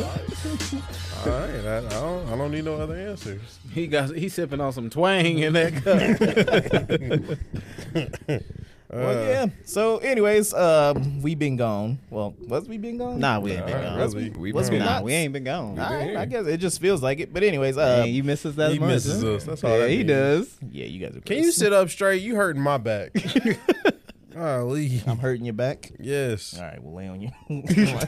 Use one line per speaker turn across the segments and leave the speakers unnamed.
All right, I, I, don't, I don't need no other answers.
He got he sipping on some twang in that cup.
well, Oh, yeah. So, anyways, um, we been gone. Well, was we been gone?
Nah, we ain't been
All right,
gone.
really.
we,
We
was we
been-
not?
Nah, we ain't been gone.
All right,
here.
I guess it just feels like it. But anyways, uh,
Man, you miss us that
He
much.
misses
huh?
us. That's all
Yeah,
that
he
means.
does.
yeah, you guys are.
Can you sit up straight? You hurting my back. Golly.
I'm hurting your back.
Yes.
All right, we'll lay on you.
Anyways,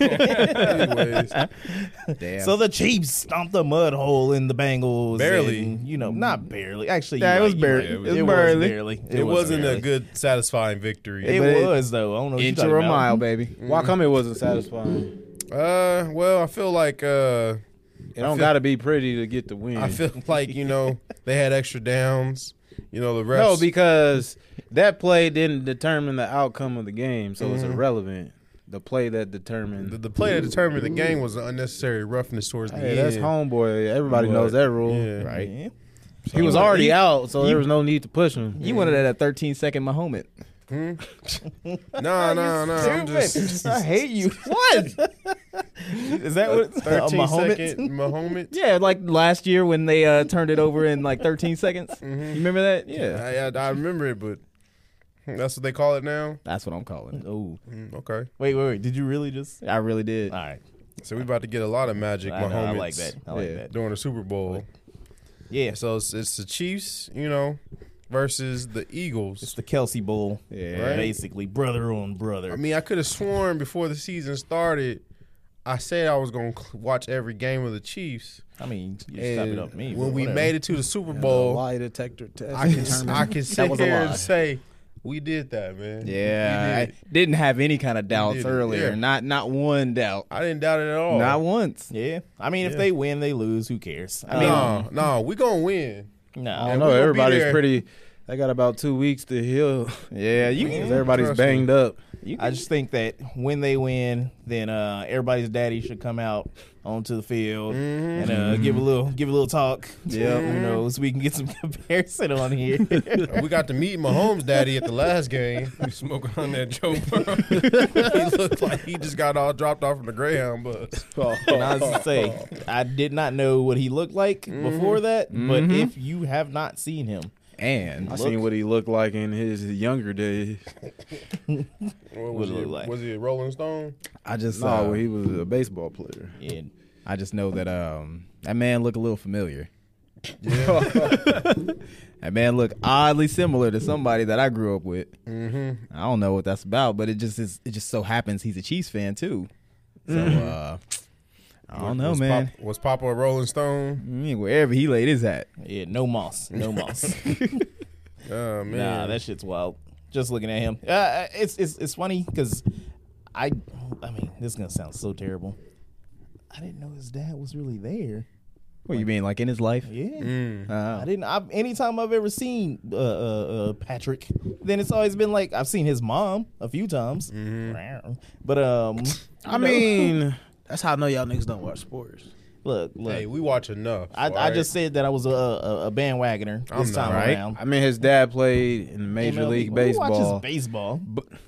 Damn.
so the Chiefs stomped a mud hole in the Bengals.
Barely.
and, you know, not barely. Actually,
Yeah,
you're
it was
right, you're
barely.
right.
It was barely.
It,
it
was
wasn't
barely.
a good, satisfying victory.
It
But it-
was though. I don't know. What
Inch
you
or a
talking
mile,
Mm-hmm.
about.
baby.
Why come it wasn't satisfying?
Uh, well, I feel like uh,
It don't got to be pretty to get the win.
I feel like you know they had extra downs. You know the refs.
no, because that play didn't determine the outcome of the game, so it's irrelevant. The play that determined.
Mm-hmm. the, the play that determined the game was an unnecessary roughness towards the
hey,
end.
that's homeboy. Everybody knows that rule.
Yeah.
Right.
He was already out, so there was no need to push him.
You wanted that at 13 second Mahomet.
No, no, no. I'm just
Stupid. I hate you. What? Is that what? a
thirteen
Mahomet?
second Mahomet.
Yeah, like last year when they uh, turned it over in like 13 seconds. You remember that? Mm-hmm. Yeah.
I, I I remember it, but that's what they call it now.
That's what I'm calling it.
Oh,
Mm, Okay,
wait, wait, wait. Did you really just?
I really did.
All right.
so we about to get a lot of magic
I, know, I
Mahomets
like that. I like
Yeah.
that.
during the Super Bowl.
Yeah. So
So it's, it's the Chiefs, you know, versus the Eagles.
it's the Kelsey Bowl.
Yeah.
Right.
Basically, brother on brother.
I mean, I could have sworn before the season started, I said I was going to watch every game of the Chiefs.
I mean, you stop it
And
up me.
when we made it to the Super Bowl,
lie detector test.
I can I can sit
was a
here
lie.
and say we did that, man.
Yeah.
we
I
did.
didn't have any kind of doubts
did it.
earlier.
Yeah.
Not not one doubt.
I, didn't doubt it at all.
Not once.
Yeah. I mean, if
Yeah.
they win, they lose. Who cares? I mean,
no, no, we gonna win.
I
no.
don't
we're
know.
gonna be
Everybody's
there.
pretty. They got about two weeks to heal.
Yeah, you
'cause
can.
everybody's
Trust me.
banged up.
I just think that when they win, then uh, everybody's daddy should come out onto the field and uh, give a little give a little talk. Yeah, you know, so we can get some comparison on here.
we got to meet Mahomes' daddy at the last game.
You smoking on that Joe Burrow.
he looked like he just got all dropped off from the Greyhound bus.
and I was to say, I did not know what he looked like before that, but if you have not seen him,
Mm-hmm. And
I seen what he looked like in his younger days.
What was
What it
he?
look like?
Was he a Rolling Stone?
I just
No,
uh,
he was a baseball player.
and
I just know that um that man looked a little familiar. that man looked oddly similar to somebody that I grew up with. Mm-hmm. I don't know what that's about, but it just is, it just so happens he's a Chiefs fan too. So uh, I don't know,
was
man.
Pop, was Papa a Rolling Stone?
Mm.
I mean, wherever he laid his hat,
yeah, no moss, no moss.
Oh man,
Nah, that shit's wild. Just looking at him, uh, it's it's it's funny because I, I mean, this is gonna sound so terrible. I didn't know his dad was really there.
what you mean, like in his life?
Yeah, I
Mm.
Uh,
didn't. I've, anytime I've ever seen uh, uh, uh, Patrick, then it's always been like I've seen his mom a few times. But um,
Mm-hmm. I mean, that's how I know y'all niggas don't watch sports.
look, look.
hey, we watch enough.
I, I
alright?
just said that I was a, a, a bandwagoner
I'm
this
not,
time
right?
around.
I mean, his dad played in Major
MLB.
League
Who watches
Baseball.
baseball.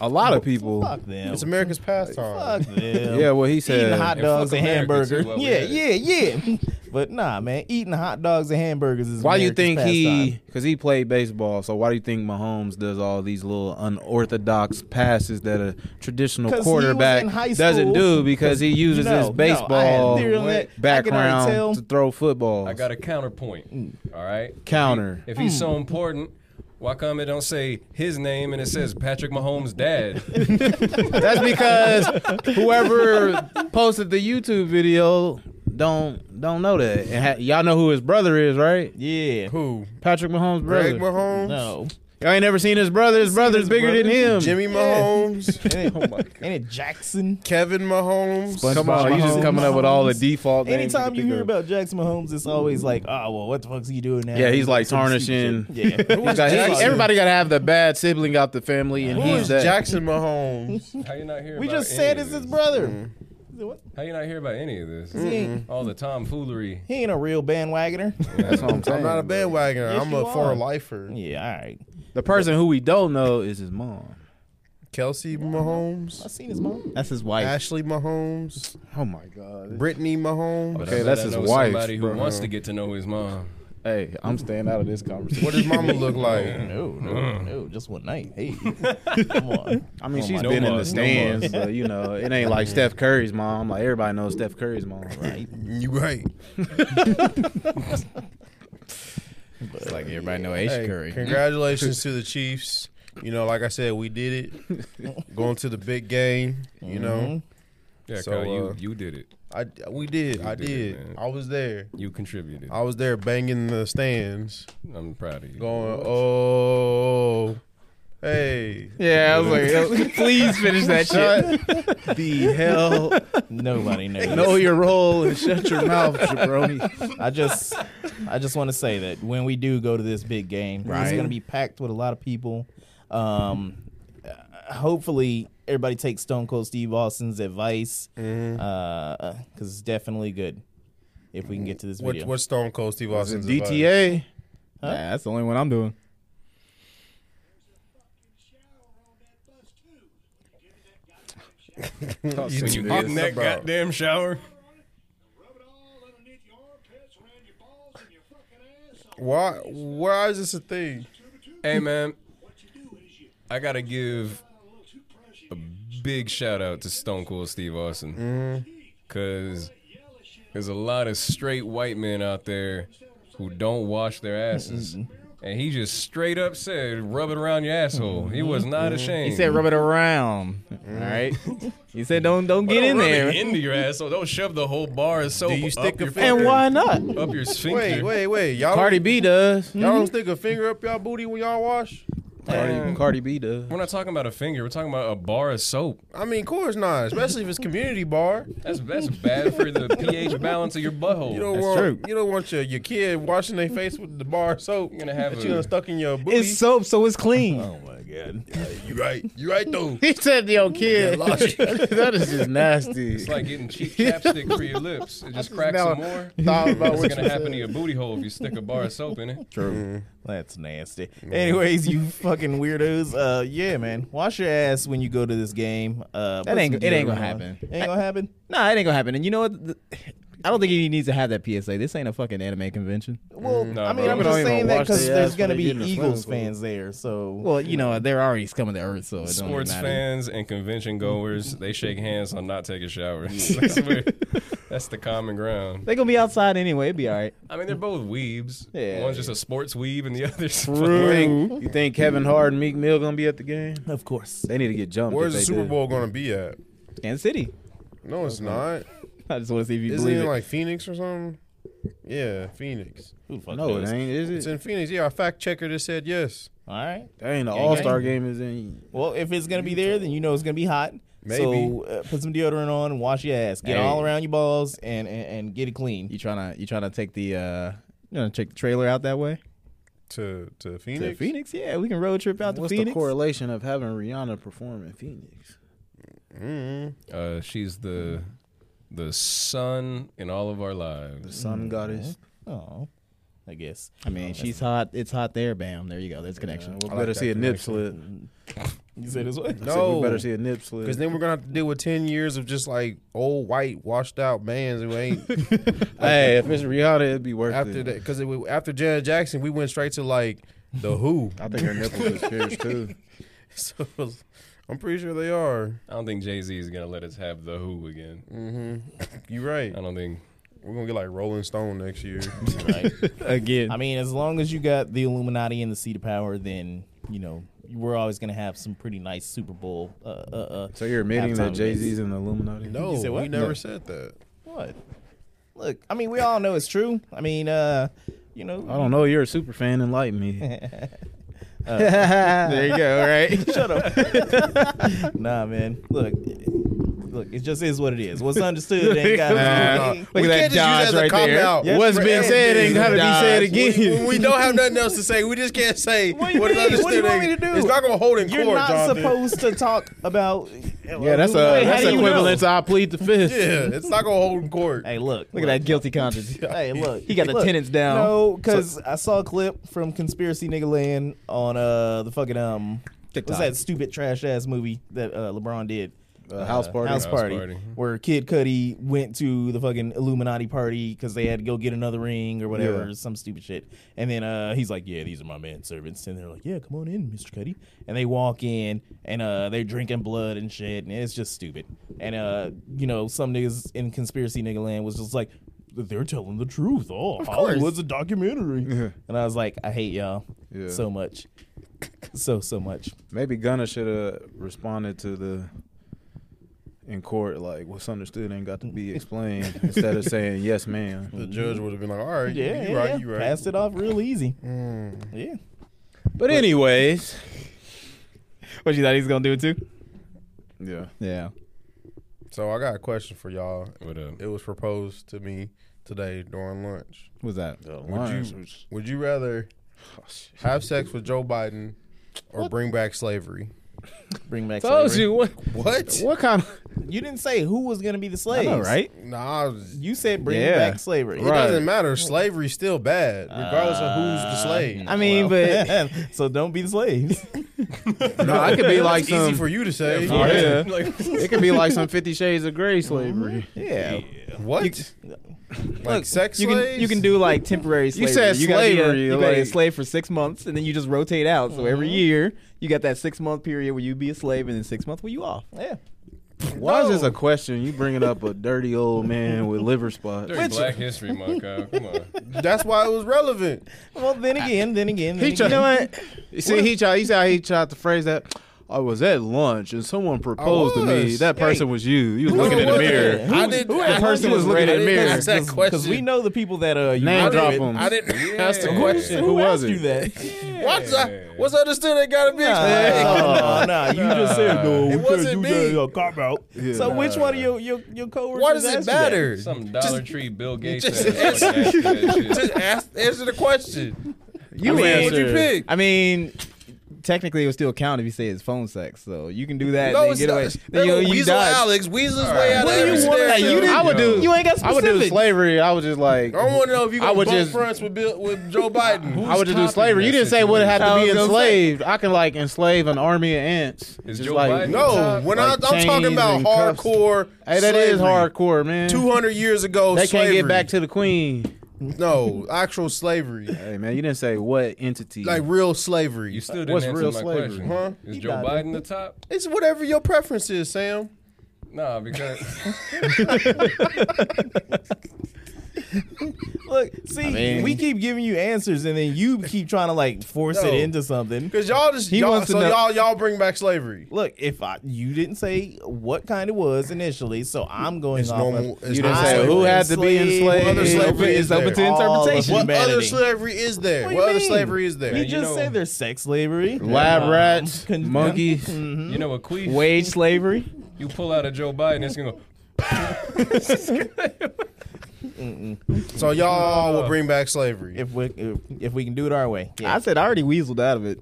A lot of people.
Fuck them.
it's America's pastime.
Fuck them.
Yeah, well, he said.
eating hot
And
dogs
fuck
and
America,
hamburgers.
too, while we
Yeah,
at it.
yeah, yeah. But nah, man, eating hot dogs and hamburgers is
Why do you
America's
think he?
pastime.
Because he played baseball, so why do you think Mahomes does all these little unorthodox passes that a traditional
'Cause he was
quarterback
in high
doesn't
school.
do? Because he uses
No, no, I
his
had
baseball
a theory on that. I can already tell.
background to throw football.
I got a counterpoint. All right.
counter.
If he's
Hmm.
so important, why come it don't say his name and it says Patrick Mahomes' dad?
That's because whoever posted the YouTube video don't don't know that. And ha- y'all know who his brother is, right?
Yeah.
Who?
Patrick Mahomes' brother.
Greg Mahomes,
No.
Y'all ain't never seen his brother. His brother's bigger than him.
Jimmy Mahomes,
Ain't it, ain't it Jackson?
Kevin Mahomes.
Come on, you just
Mahomes.
coming up with all the default. names
Anytime
can
you
think of.
hear about Jackson Mahomes, it's always like, oh well, what the fuck's he doing now?
Yeah, he's like
Some stupid
tarnishing.
shit. Yeah.
He's got- he-
Jackson?
everybody got to have the bad sibling out the family, and
Who
he's
is
that.
Jackson Mahomes?
How you not hear
we
about
just
any
said
of
it's his
Mm-hmm.
this?
brother.
How you not hear about any of this?
He, ain't,
All the tomfoolery.
he ain't a real bandwagoner.
That's what I'm
I'm
saying.
not a bandwagoner.
Yes,
I'm
you
a
are.
for lifer.
yeah, all right.
the person who we don't know is his mom.
Kelsey Mahomes,
I seen his mom.
That's his wife.
Ashley Mahomes,
Oh my god.
Brittany Mahomes.
But I
Okay,
bet
that's
I
his
know
wife,
Somebody who
bro.
wants to get to know his mom.
Hey, I'm staying out of this conversation.
What does Mama look like?
No, no,
Mm.
no, just one night. Hey, come on.
I mean,
Oh
she's
my
been
God.
in
No
the stands, so, you know. It ain't like Steph Curry's mom. Like everybody knows Steph Curry's mom, right?
You right?
It's like everybody know H
Hey,
Curry.
Congratulations to the Chiefs. You know, like I said, we did it. Going to the big game. You know,
Yeah,
So,
Kyle, you
uh,
you did it.
I we did. I
did
did.
it, man.
I was there.
You contributed.
I was there banging the stands,
I'm proud of you.
going, "Oh, hey,
Yeah, I was like, please finish that shit.
the hell,
Nobody knows.
know your role and shut your mouth, jabroni.
I just, I just want to say that when we do go to this big game, it's
Right.
going to be packed with a lot of people. Um, uh, hopefully, everybody takes Stone Cold Steve Austin's advice
Mm-hmm.
because it's definitely good. If we can get to this
what,
video,
what's Stone Cold Steve Austin's advice?
DTA.
Nah, that's the only one I'm doing.
when you get in that
about.
goddamn shower,
Why? Why is this a thing?
hey man, I gotta give a big shout out to Stone Cold Steve Austin because there's a lot of straight white men out there who don't wash their asses. And he just straight up said, "Rub it around your asshole." He was not ashamed.
He said, rub it around. All right. He said, don't don't
Well,
get in
don't rub
there.
it Into your asshole. Don't shove the whole bar of soap.
Do you stick
up
a
your
finger?
And why not?
Up your sphincter.
Wait, wait, wait. Y'all,
Cardi B does.
y'all don't stick a finger up y'all booty when y'all wash?
Cardi, Cardi B does.
We're not talking about a finger. We're talking about a bar of soap.
I mean, of course not. Especially if it's community bar.
That's that's bad for the pH balance of your butthole.
You don't
That's
want
true.
you don't want your, your kid washing their face with the bar soap. You're
gonna have
that
a-
you done stuck in your booty.
It's soap, so it's clean.
Oh.
oh
you right. You right though.
He said, "Yo, kid,
logic.
that is just nasty."
it's like getting cheap chapstick for your lips. It just cracks some more.
Thought about
What's
what you
gonna happen
said.
to your booty hole if you stick a bar of soap in it?
True. That's nasty.
Mm-hmm.
Anyways, you fucking weirdos. Uh, yeah, man, wash your ass when you go to this game. Uh, put
That ain't-
some
it ain't
deodorant
gonna
on.
happen.
Ain't gonna happen.
Nah, it ain't gonna happen. And you know what? The- I don't think he needs to have that PSA. This ain't a fucking anime convention.
Well,
Nah,
I mean,
bro.
I'm
People
just
don't even
saying that
wash
because
their
there's
ass
gonna
when they
be
get in the
Eagles
swimming pool.
fans there, so
Well, you know, they're already coming to Earth, so it don't even
Sports
matter.
fans and convention goers, they shake hands on not taking showers. I swear, that's the common ground.
They're gonna be outside anyway. It'd be all right.
I mean, they're both weebs.
Yeah.
One's just a sports weeb, and the other's
You think, you think Kevin Hart and Meek Mill gonna be at the game?
of course.
They need to get jumped.
Where's the
if they
Super
do.
Bowl gonna be at?
Kansas City.
No, it's not.
I just want to see if you
Isn't it
believe
in
it.
like Phoenix or something? Yeah, Phoenix.
Who the fuck
No, it
knows?
ain't.
It's
Is it?
in Phoenix. Yeah, our fact checker just said yes.
All right.
That ain't the
Yeah,
All Star game. Is in.
Well, if it's gonna be there, then you know it's gonna be hot.
Maybe.
So uh, put some deodorant on, and wash your ass, get
Hey.
all around your balls, and, and and get it clean.
you trying to you trying to take the uh you know take the trailer out that way
To to
to
Phoenix.
Phoenix. Yeah, we can road trip out
What's the
to Phoenix.
correlation of having Rihanna perform in Phoenix?
Mm.
Uh, she's the the sun in all of our lives.
The sun goddess.
Oh, I guess.
I mean, she's hot. It's hot there. Bam. There you go. There's a connection.
we better see a nip slip.
You said this what?
Said we
No,
better see a nip
because
slip.
then we're gonna have to deal with ten years of just like old white washed out mans who ain't
Hey, if it's Rihanna, it'd be worth
after
it.
that. Because after Janet Jackson, we went straight to like the Who.
I think her nipples is pierced too.
so I'm pretty sure they are.
I don't think Jay Z is gonna let us have the Who again.
You right.
Um,
I don't think.
We're gonna get like Rolling Stone next year.
Right.
Again.
I mean, as long as you got the Illuminati and the seat of power, then you know we're always gonna have some pretty nice Super Bowl. Uh, uh, uh.
So you're admitting
halftime
that Jay Z's
events.
in the Illuminati?
No,
You said what?
we never
No.
said that.
what? Look, I mean, we all know it's true. I mean, uh, you
I
know,
don't know. You're a super fan. Enlighten me. Uh,
there you go. Right.
shut up. nah, man. Look, look, it just is what it is. What's understood ain't got
Nah.
to
Look
We
at
can't just use that
that dodge
as a
right there.
cop-out. Yeah.
What's
For
been said ain't gotta be
everything.
said again.
When we don't have nothing else to say. We just can't say
What do you
what is
mean? What do you
understood
want me
ain't-
to do?
It's not gonna hold in
You're
court,
not
Jonathan.
supposed to talk about.
yeah, that's a
Wait, how
that's
do you
equivalent
know?
to I plead the fifth.
yeah, it's not gonna hold in court.
Hey, look,
Look at that guilty conscience.
Hey, look,
He got the
look.
tenants down.
No, because I saw a clip from Conspiracy Nigga Land on uh the fucking um
TikTok.
What's that stupid trash ass movie that uh, LeBron did?
Uh, House Party.
House
House
party,
Party.
where Kid Cudi went to the fucking Illuminati party because they had to go get another ring or whatever,
Yeah.
some stupid shit. And then uh, he's like, "Yeah, these are my manservants," and they're like, "Yeah, come on in, Mr. Cudi." And they walk in, and uh, they're drinking blood and shit, and it's just stupid. And uh, you know, some niggas in conspiracy nigga land was just like, "They're telling the truth." Oh, Hollywood's a documentary, and I was like, "I hate y'all
Yeah.
so much, so so much."
Maybe Gunner should have responded to the in court like what's understood ain't got to be explained instead of saying yes, man.
The judge would have been like, "All right,
Yeah,
you
yeah,
right,
yeah.
you right." Mm.
Passed it off real easy. Yeah.
But anyways,
What you thought he was gonna do it too?
Yeah,
Yeah.
So I got a question for y'all.
What up?
It was proposed to me today during lunch.
What's that?
Would you would you rather
Oh,
have sex with Joe Biden or bring back slavery?
Bring back
told
slavery.
you what.
What?
What kind of
You didn't say who was going to be the
I
slaves,
know, right?
Nah, it
You said bring
Yeah.
back slavery.
doesn't matter. Slavery's still bad, regardless of who's
Uh,
the slave.
I mean, but
so don't be the slaves.
no, I could be like
It's easy
some.
for you to say.
Oh, yeah.
Like,
it could be like some Fifty Shades of Grey slavery.
yeah,
What? like sex
you
slaves?
can you can do like temporary slavery.
said
you gotta be a-
slavery,
you gotta be a
like-
slave for six months, and then you just rotate out. So every year you got that six month period where you be a slave, and then six months where you off.
yeah.
Why is this a question? You bringing up a dirty old man with liver spots.
during Black History Month, Kyle. Come on.
That's why it was relevant.
Well, then again, then again, then
He tried,
again.
you know what? You See, he tried. He said how he tried to phrase that. I was at lunch and someone proposed to me.
was.
That person was you. You was looking in the
was
mirror.
that? I did.
The person was looking in the mirror.
Ask that
Because
question.
we know the people that uh, you
Name
I
drop
didn't-
them.
I didn't ask the
Yeah.
question.
Who was
asked you
it?
that.
What's what's understood? They gotta be explained.
no, no, you just said no.
It wasn't me.
uh, cop out. So which one of your your your coworkers?
Why does it
asked you that?
matter?
Some Dollar Tree Bill Gates.
just
ass fucking asked you that shit.
Just ask, answer the question.
You
I mean,
answer.
what'd you pick?
I mean, technically it would still count if you say it's phone sex, so you can do that.
No,
and
it's
then get
not.
away.
There
Then you,
go
you
Weasel
dodge.
Alex. Weasel's way out of
What do you
every
want?
scenario.
You didn't-
I would do.
You ain't got
I would do
specifics.
slavery. I would just like.
I want to know if you
I
going
would
bump
just-
fronts with Bill, with Joe Biden.
I would just do
copying
slavery. You
that
didn't say what it had to be
situation?
enslaved. I can like enslave an army of ants.
Is
Just
Joe
like,
Biden-
no, when
Like
I, I'm
chains
talking about
and cuffs.
hardcore.
Hey, that is hardcore, man.
Two hundred years ago,
They
slavery.
can't get back to the queen.
no actual slavery,
Hey man, you didn't say what entity.
like real slavery.
You still didn't
What's
answer
real
my
slavery?
question.
Huh?
Is Joe Biden the top?
it's whatever your preference is, Sam.
Nah, because
Look, see, we keep giving you answers, and then you keep trying to like force it
No.
into something.
Because y'all just y'all,
wants to
so
know-
y'all y'all bring back slavery.
Look, if I you didn't say what kind it was initially, so I'm going
It's
off
normal.
of
it's
You didn't
normal
say who
slavery.
had to be
Ah, Enslaved,
enslaved.
Other slavery
It's
is
open to
there.
interpretation.
All
What
of humanity.
other slavery is there?
What
What,
do you
other
mean?
slavery is there?
You
you
just
know-
said there's sex slavery,
Lab rats,
Con-
monkeys.
you know what, Queef?
Wage slavery.
You pull out a Joe Biden, it's gonna go.
So y'all will bring back slavery.
If we if, if we can do it our way,
I
yeah.
said I already weaseled out of it.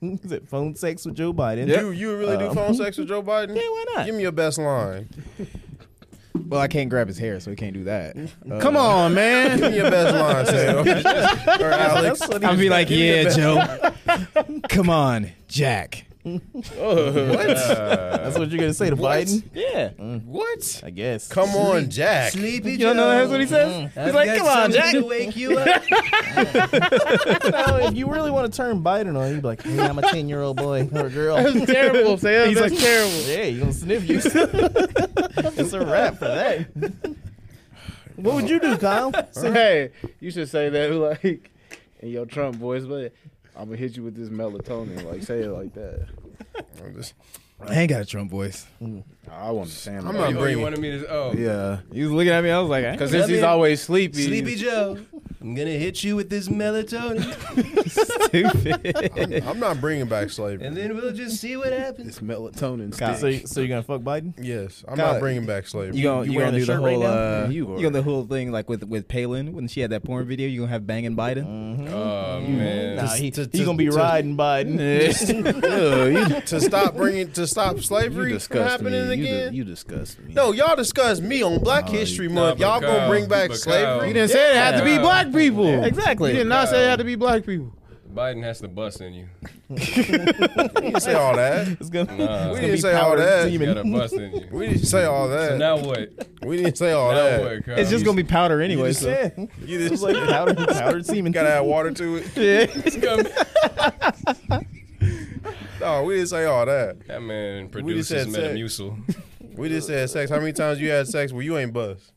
Is it phone sex with Joe Biden?
You you really do
Um,
phone sex with Joe Biden?
Yeah, why not?
Give me your best line.
Well, I can't grab his hair, so he can't do that. Uh,
Come on, man.
Give me your best line, Sam. or Alex.
That's what
I'll
he-
be like, yeah, Joe. Come on, Jack.
that's what you're gonna say to Biden?
Yeah.
What?
I guess.
Come on, Jack.
You don't know that's what he says? He's like, come on, Jack.
Now, if you really want to turn Biden on, you'd be like, hey, I'm a ten year old boy or girl.
terrible, Sam. He's like, terrible.
yeah, you gonna sniff you. it's a wrap for that. What would you do, Kyle?
Hey, you should say that like in your Trump voice, but I'm gonna hit you with this melatonin. Like say it like that.
I'm, just-
I ain't got a Trump voice.
I want to Sam.
I'm
it.
not
Oh, you
bringing-
wanted me to. Oh,
Yeah,
He was looking at me. I was like, I ain't
because
got-
since he's always sleepy,
Joe, I'm gonna hit you with this melatonin,
I'm, I'm not bringing back slavery.
then we'll just see what happens.
This melatonin
"Ah,
So,
stick.
so you're gonna fuck Biden?
Yes, I'm
God.
not bringing back slavery.
you gonna
you
you,
wearing
gonna
the
do the
shirt right
whole
now?
uh,
Yeah,
you,
you are.
gonna the whole thing like with with Palin when she had that porn video. You gonna have banging Biden?
Oh man,
Nah, he,
to-
he
to-
gonna be
to-
riding Biden.
to stop bringing to stop slavery from happening
You,
again.
di- you disgust me.
no, y'all discuss me on Black History Month.
but
Y'all gonna
Kyle,
bring back
but Kyle.
slavery?
You didn't say it had to be
Yeah.
black people.
Exactly.
You did not say it had to be black people.
Biden has to bust in you.
We didn't say all that.
It's gonna,
Nah.
We
gonna
It's
didn't
be
say all
powered
that.
You Uh, gotta bust in you.
We didn't say all that.
So now what?
we didn't say all
now
that.
what, Kyle?
It's just gonna be powder anyway. So.
yeah.
You
It's
just
like powdered, powdered semen.
gotta add water to it.
It's gonna be-
No, we didn't say all that.
That man
said
produces
sex.
Metamucil.
We just said sex. How many times you had sex where you ain't bust?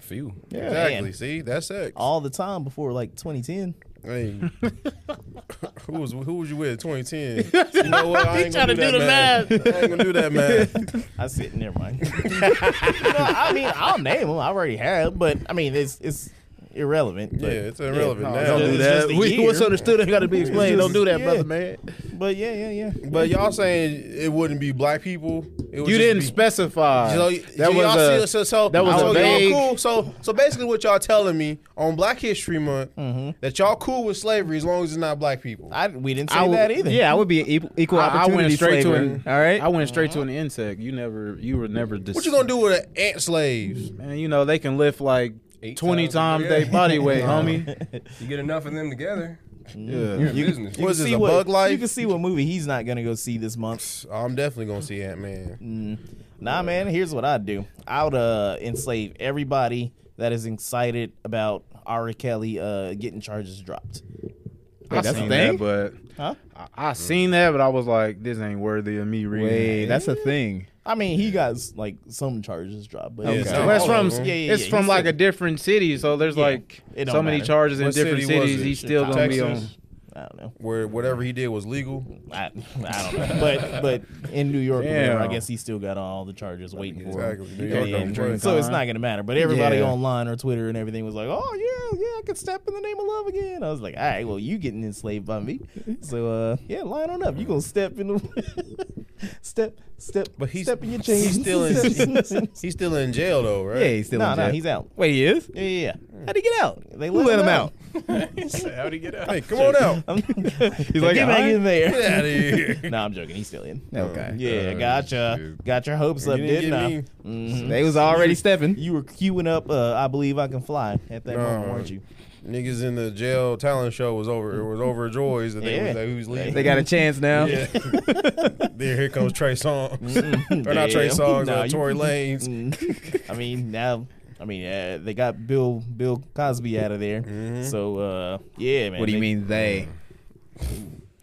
few.
exactly.
man.
See, that's sex.
all the time before like 2010.
Hey, who was who was you with? in 2010. You know what? I ain't gonna do,
trying to
that math. I ain't gonna do that math.
I said, never mind. no, I mean, I'll name them. I already have, but I mean, it's it's irrelevant.
Yeah,
But,
it's irrelevant
no,
now.
Don't
It's
do that.
just the
We,
year.
what's understood ain't got to be explained. Don't
just-
do that,
yeah.
brother man.
but yeah, yeah, yeah.
But y'all saying it wouldn't be black people. It would
You
just
didn't
be-
specify.
So,
that
so
was
y'all
a,
see- so, so,
that was a
so y'all
vague-
cool. So so basically, what y'all telling me on Black History Month
Mm-hmm.
that y'all cool with slavery as long as it's not black people.
I we didn't say
I would,
that either.
Yeah, I would be an equal, equal
I- I went
opportunity
straight to
slaver.
an-
All right.
I went straight to an insect. You never, you were never. Dis-
what you gonna do with an ant slaves?
Man, you know they can lift like
Eight
twenty times
times,
their
yeah.
body weight, homie.
You get enough of them together.
Yeah.
You're in business.
What is
See
this, a
what-
bug life?
You can see what movie he's not gonna go see this month.
I'm definitely gonna see Ant Man.
Nah, man. Here's what I'd do. I would uh, enslave everybody that is excited about Ari Kelly uh, getting charges dropped.
Wait, that's a
seen
thing.
that, but
Huh?
I, I seen that, but I was like, this ain't worthy of me reading.
Wait,
it.
that's a thing.
I mean, he got like some charges dropped, but
Okay.
it's
No,
not
Well, it's
all
from
of them.
Yeah, yeah,
it's
yeah,
from
he's
like
still-
a different city, so there's
Yeah,
like
it don't
so many
matter.
charges in
What
different
city was
cities.
it?
He's still gonna be on.
Texas?
I don't know.
Where whatever he did was legal.
I, I don't know. But but in New York, or whatever, I
Damn.
guess he still got all the charges waiting for him.
Exactly. New
Yeah,
York don't
yeah.
play.
So it's not gonna matter. But everybody
Yeah.
online or Twitter and everything was like, "Oh yeah, yeah, I could step in the name of love again." I was like, "All right, well, you getting enslaved by me? So uh, yeah, line on up. You gonna step in the step step,
But he's-
step in your chains.
he's still in- He's still in jail though, right?
Yeah, he's still
no,
in
no,
jail.
he's out.
Wait, he is?
Yeah, yeah, yeah. How'd he get out? They
Who let him out?
How'd he get out?
Hey, come on out.
I'm, he's
like,
get back
"Alright."
Get
in there.
out of here.
no, I'm joking. He's still in.
Okay.
Yeah,
Uh,
gotcha.
shoot.
Got your hopes up,
You didn't
didn't I?
get
Mhm.
They was already stepping.
You were queuing up. Uh, I believe I can fly at that
No.
moment, weren't you?
Niggas in the jail talent show was over. It was overjoyed that they
Yeah.
was that he was leaving.
They got a chance now.
Yeah. then here comes Trey Songz. or not Trey
Damn.
Songz,
Nah,
uh,
you-
Tory Lanez.
Mm. I mean, now, I mean, uh, they got Bill Bill Cosby out of there.
Mm-hmm.
So uh, yeah, man.
What do you
they-
mean they?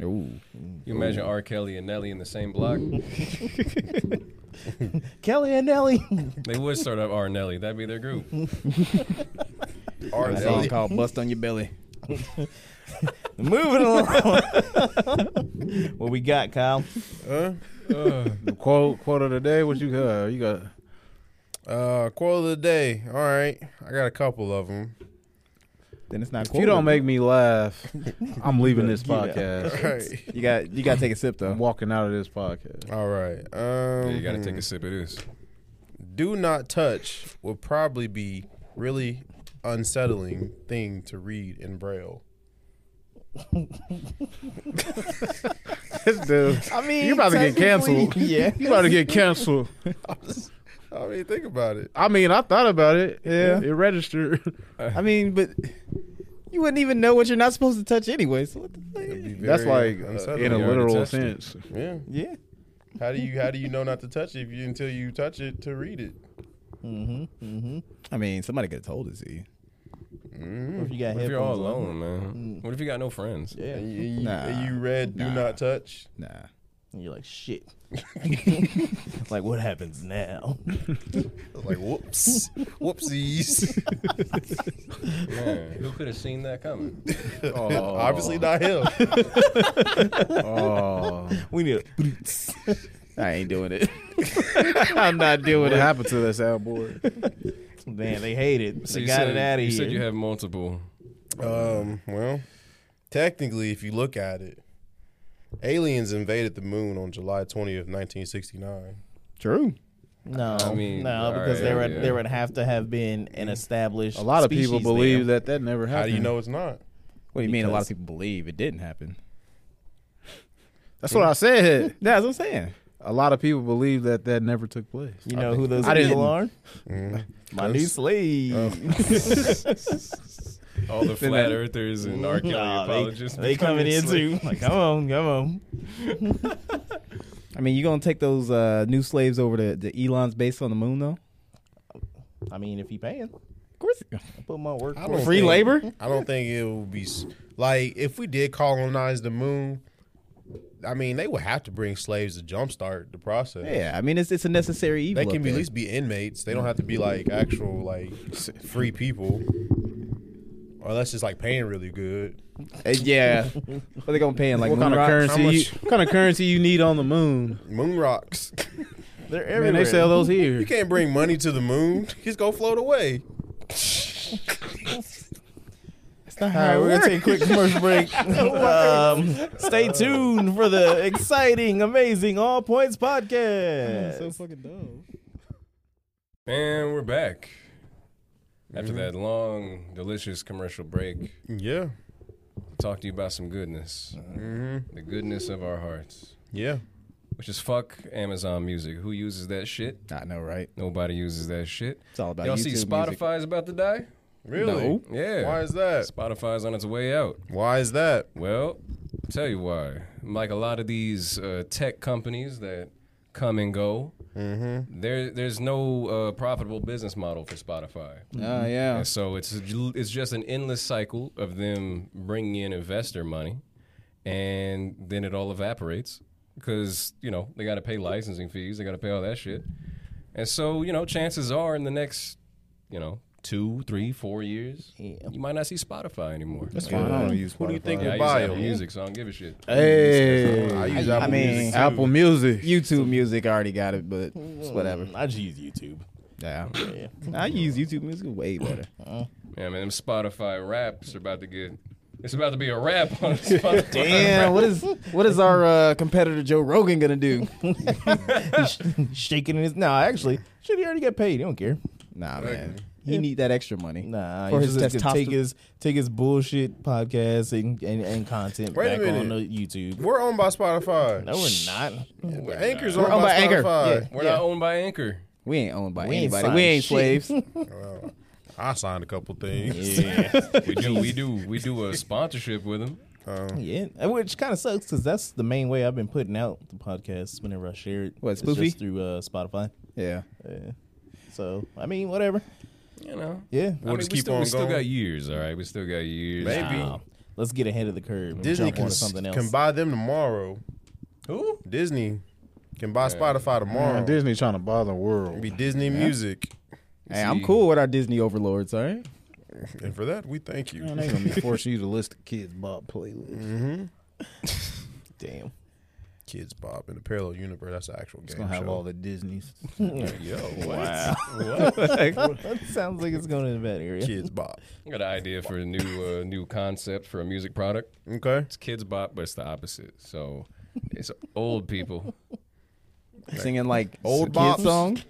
Ooh.
You imagine R. Kelly and Nelly in the same block?
Kelly and Nelly?
They would start up R. Nelly. That'd be their group.
Mm-hmm.
R.
That
Kelly.
song called "Bust on Your Belly."
Moving along. what we got, Kyle?
Huh?
the quote quote of the day, what you got? You got
Uh, quote of the day. All right, I got a couple of them.
Then it's not.
If you don't
quoted.
make me laugh, I'm leaving this podcast.
All right.
you got you got to take a sip
I'm
though.
walking out of this podcast.
All right. Um,
you gotta take a sip of this.
do not touch would probably be really unsettling thing to read in braille.
This dude,
I mean,
you about to get
technically,
canceled.
Yeah.
You about to get canceled.
I mean, think about it.
I mean, I thought about it.
Yeah.
It registered.
I mean, but you wouldn't even know what you're not supposed to touch anyway. So what the fuck?
It'd be
That's
very
like uh,
unsettling.
in a
You already
literal
touched it.
sense.
yeah.
Yeah.
How do you how do you know not to touch it if you, until you touch it to read it?
Mm-hmm. Mm-hmm.
I mean, somebody could have told it to you.
What if you got
What if you're all
headphones on? Mm.
alone, man? What if you got no friends?
Yeah.
And you, and you-
Nah.
and you read do
Nah.
not touch.
Nah.
And you're like, shit. like, what happens now?
Like whoops, whoopsies.
Man, who could have seen that coming?
Obviously not him.
Oh,
We need a.
I ain't doing it. I'm not doing
what
it.
happened to that soundboard?
Man, they hate it.
So
they
you
got
said,
it out of
you
here.
said you have multiple.
Um, well, technically, if you look at it, aliens invaded the moon on July 20th, 1969.
True.
no,
I mean,
no,
all
because
right,
there would
yeah.
there would have to have been an established.
A lot of people believe that that never happened.
How do you know it's not?
What do you mean? A lot
Because-
of people believe it didn't happen.
That's what I said.
That's what I'm saying.
A lot of people believe that that never took place.
You know who those
I
people
didn't.
are? My new slave.
all the flat earthers and R.
Mm-hmm.
Kelly
Nah, they-
apologists.
They coming in too. Like, come on, come on.
I mean, you gonna take those uh, new slaves over to, to Elon's base on the moon though?
I mean, if he paying,
Of course.
put my work.
I don't
Free
think-
labor?
I don't think it would be s- like if we did colonize the moon. I mean, they would have to bring slaves to jumpstart the process.
Yeah, I mean it's it's a necessary evil.
They can
up
be, at
there.
least be inmates. They don't have to be like actual like s- free people, unless it's like paying really good.
Uh, yeah. what they gonna pay in like
what kind of
moon rocks?
currency? You, what kind of currency you need on the moon?
Moon rocks.
They're
Man,
everywhere.
they sell those here.
You can't bring money to the moon. It's gonna float away.
All right, we're gonna take a quick commercial break. um, stay tuned for the exciting, amazing All Points podcast.
fucking dumb.
And we're back. After
Mm-hmm.
that long, delicious commercial break,
Yeah,
talk to you about some goodness.
Mm-hmm.
The goodness of our hearts.
yeah.
Which is fuck Amazon Music. Who uses that shit?
I know, right?
Nobody uses that shit.
It's all about
Y'all
YouTube
see
music.
Spotify's about to die?
Really?
No.
Yeah.
Why is that?
Spotify's on its way out.
Why is that?
Well, I'll tell you why. Like a lot of these uh, tech companies that come and go,
Mm-hmm.
there there's no uh, profitable business model for Spotify.
Oh yeah.
And so it's it's just an endless cycle of them bringing in investor money, and then it all evaporates because you know they got to pay licensing fees, they got to pay all that shit, and so you know chances are in the next you know two, three, four years you might not see Spotify anymore. That's
I don't use
Who do you think
I
will
use
buy
Apple
them?
Music, so I don't give a shit.
Hey,
I use
I
Apple
mean,
Music.
Apple Music.
YouTube music, I already got it, but it's whatever.
I just use YouTube.
Yeah. I use YouTube music way better.
Yeah, man, them Spotify raps are about to get. It's about to be a rap on Spotify.
Damn, what is what is our uh, competitor Joe Rogan gonna do?
Shaking in his. No, actually, should he already get paid? He don't care.
Nah, man, he need that extra money.
Nah,
For
he
his
just
testosterone-
take his take his bullshit podcast and, and, and content
Wait a
back on the
minute.
YouTube.
We're owned by Spotify.
No, we're not.
Anchor's
We're
owned,
owned
by,
by Anchor.
Spotify.
Yeah.
We're not owned by Anchor.
We ain't owned by
We ain't
anybody.
signed
we ain't
shit.
slaves.
I signed a couple things.
Yeah,
We do, we do, we do a sponsorship with them.
Mm. yeah. And Which kind of sucks because that's the main way I've been putting out the podcast whenever I share it.
What,
It's
Spoofy?
just through uh, Spotify.
yeah.
Yeah. So I mean, whatever.
You know,
Yeah.
We'll
I mean,
just
we
keep
still,
on
we still
going.
got years, all right. We still got years.
Maybe.
Nah, let's get ahead of the curve. and
Disney
jump
can,
onto something else.
can buy them tomorrow.
Who?
Disney can buy Spotify tomorrow.
Man, Disney trying to buy the
It'd
world.
be Disney music.
Hey, I'm cool with our Disney overlords. All right.
And for that, we thank you.
Man, they gonna be forcing you to list the kids' bop playlist.
Damn.
Kids Bob in the parallel universe. That's the actual
It's
game
gonna have
show.
all the Disneys.
Yo, what?
Wow. that sounds like it's going in a bad area.
Kids Bob.
I got an idea for a new, uh, new concept for a music product.
Okay.
It's kids bop, but it's the opposite. So it's old people.
Singing like
Old
kid
bops.
song.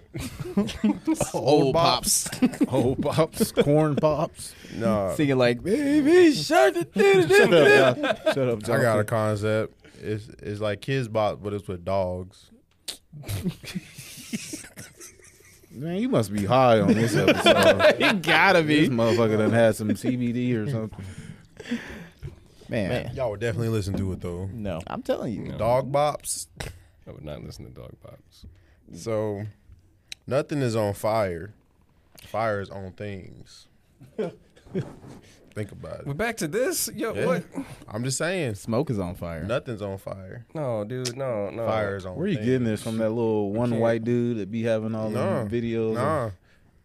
Old Pops.
Old pops, corn pops.
No.
Oh.
Singing like baby shark. da- da- da- da- da."
Shut up,
I got a concept. It's it's like Kids Bob, but it's with dogs.
Man, you must be high on this episode.
You gotta
this
be.
motherfucker done had some CBD or something.
Man,
Man.
Y'all would definitely listen to it though.
No.
I'm telling you.
No.
Dog bops.
I would not listen to dog bops.
So nothing is on fire. Fire is on things. Think about
We're
it.
back to this. Yo,
Yeah.
what?
I'm just saying.
Smoke is on fire.
Nothing's on fire.
No, dude, no, no.
Fire is on.
Uh, Where you
things.
getting this from? That little one
can't-
white dude that be having all
Nah.
the videos,
Nah,
and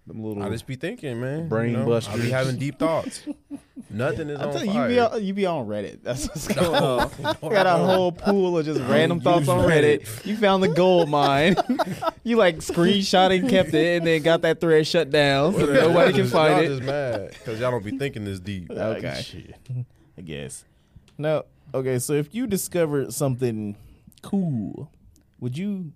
them little
I just be thinking, man.
Brain
I be
busters.
having deep thoughts. Nothing is
I'm
on
telling you,
fire.
you be on, you be on Reddit. That's what's going on. I got a whole pool of just random thoughts on Reddit. You found the gold mine. you like screenshot and kept it, and then got that thread shut down so
Y'all
nobody can
just-
find
Y'all
it.
just mad because y'all don't be thinking this deep.
Okay.
Shit. I guess. No. Okay, so if you discovered something cool, would you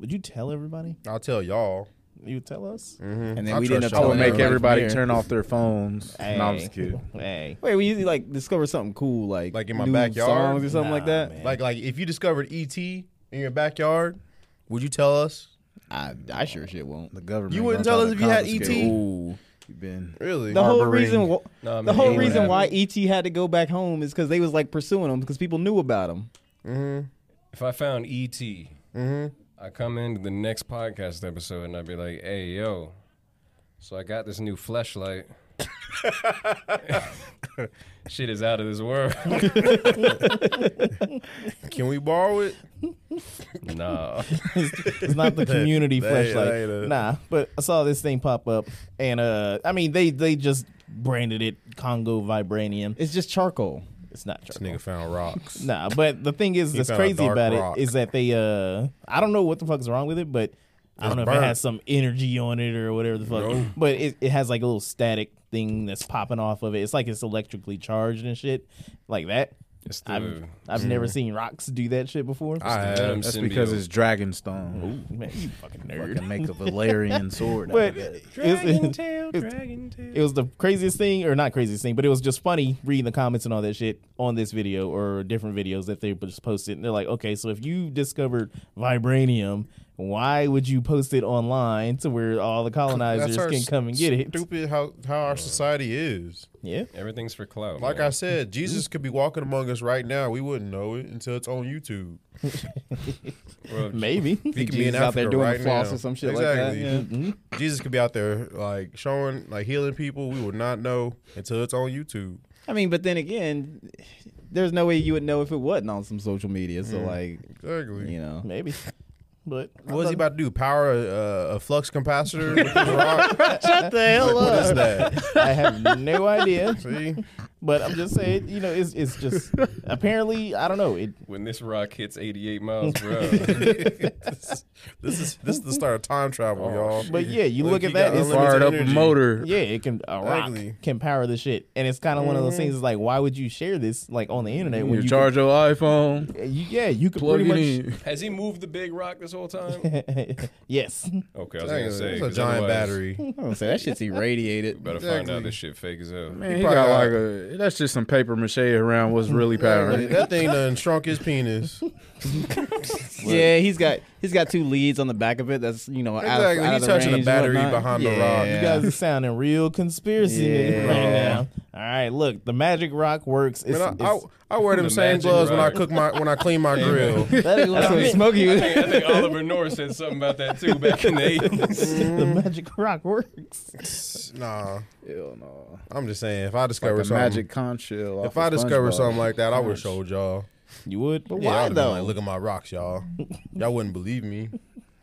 would you tell everybody?
I'll tell y'all.
You would tell us?
And
I
then we
trust
didn't
y'all.
I
Oh,
would make
yeah.
everybody turn off their phones. No, I'm just kidding.
Hey.
Wait, we usually like discover something cool, like
Like in my
new
backyard?
songs or something
Nah,
like that.
man.
Like, like if you discovered ET in your backyard, would you tell us?
I, I sure shit won't.
The government.
You wouldn't
gonna
tell us
try
if
to
you had E
confiscate
ET?
it.
Ooh,
You've been
Really?
The whole
Harboring.
reason, wh-
Nah,
the
man,
whole
he
reason
would
why
have it.
ET had to go back home is because they was like pursuing him because people knew about him.
if I found ET, I come into the next podcast episode and I'd be like, "Hey, yo, so I got this new fleshlight. Shit is out of this world.
Can we borrow it?
nah,
It's not the community
They- they
flashlight.
the-
Nah, but I saw this thing pop up, and uh, I mean they they just branded it Congo vibranium.
It's just charcoal.
It's not
This
charcoal.
nigga found rocks.
Nah, but the thing is,
He
that's
found a
crazy
dark
about
rock.
it is that they uh, I don't know what the fuck's wrong with it, but I
It's
don't know if
burnt.
it has some energy on it or whatever the fuck.
No.
But it, it has like a little static thing that's popping off of it. It's like it's electrically charged and shit like that.
it's the,
I've I've never seen rocks do that shit before.
Mm. I have.
dumb
that's
symbiote.
because it's Dragonstone.
Man, you fucking nerd.
Fucking make a Valerian sword. out
But
of it.
it was, it was the craziest thing, or not craziest thing, but it was just funny reading the comments and all that shit on this video or different videos that they just posted. And they're like, okay, so if you discovered vibranium, why would you post it online to where all the colonizers
our
can come and get it?
Stupid how, how our society is.
Yeah.
everything's for clout.
Like
man.
I said, Jesus could be walking among us right now. We wouldn't know it until it's on YouTube.
Well,
Maybe.
He could be in
Jesus
Africa
out there doing
right
floss
now.
or some shit
exactly.
like that. yeah. Mm-hmm.
Jesus could be out there like showing, like healing people. We would not know until it's on YouTube.
I mean, but then again, there's no way you would know if it wasn't on some social media. So like,
Exactly.
you know,
Maybe. But
What was he about to do? Power a, a flux capacitor? With his rock?
Shut the hell
What
up.
is that?
I have no idea.
See,
But I'm just saying, you know, it's it's just apparently I don't know. It
when this rock hits 88 miles per hour,
this, this is this is the start of time travel, y'all.
but yeah, you
Look,
look
you
at that,
got
it's
unlimited
Fired up a
energy.
motor.
Yeah, it can a rock
Ugly.
can power the shit, and it's kind of one of those things. It's like, why would you share this like on the internet when
You
you
charge your iPhone.
Could, you- yeah, you could
Plug
pretty
it
much.
in.
has he moved the big rock this whole time?
yes,
Okay, I was gonna
Dang,
say
it's a
'cause
giant
otherwise,
battery.
I don't say that shit's irradiated.
Better find
Exactly.
out this shit fake as hell.
Man, he,
probably
got
got-
like a. That's just some paper mache around what's really powering. it.
that thing done shrunk his penis.
Yeah, he's got he's got two leads on the back of it. That's you know out of,
Exactly,
out
he
of the
touching the
range and
battery
whatnot.
behind the
yeah.
rock.
you guys are sounding real conspiracy niggas right
Yeah.
now. All right, look, the magic rock works. It's,
Man, I, I,
it's-
I wear them
The
same
magic
gloves when I
rock.
cook my when I clean my grill.
that is what I meant.
Smokey
I think, I think Oliver North said something about that too back in the 80s.
the magic rock works.
Nah,
Hell no.
I'm just saying. If I discover
Like a
something,
magic conch shell. off
if I
of
discover
SpongeBob.
something like that, I would have showed y'all.
You would, but
Yeah, I
why
would've been
though?
Like, Look at my rocks, y'all. Y'all wouldn't believe me.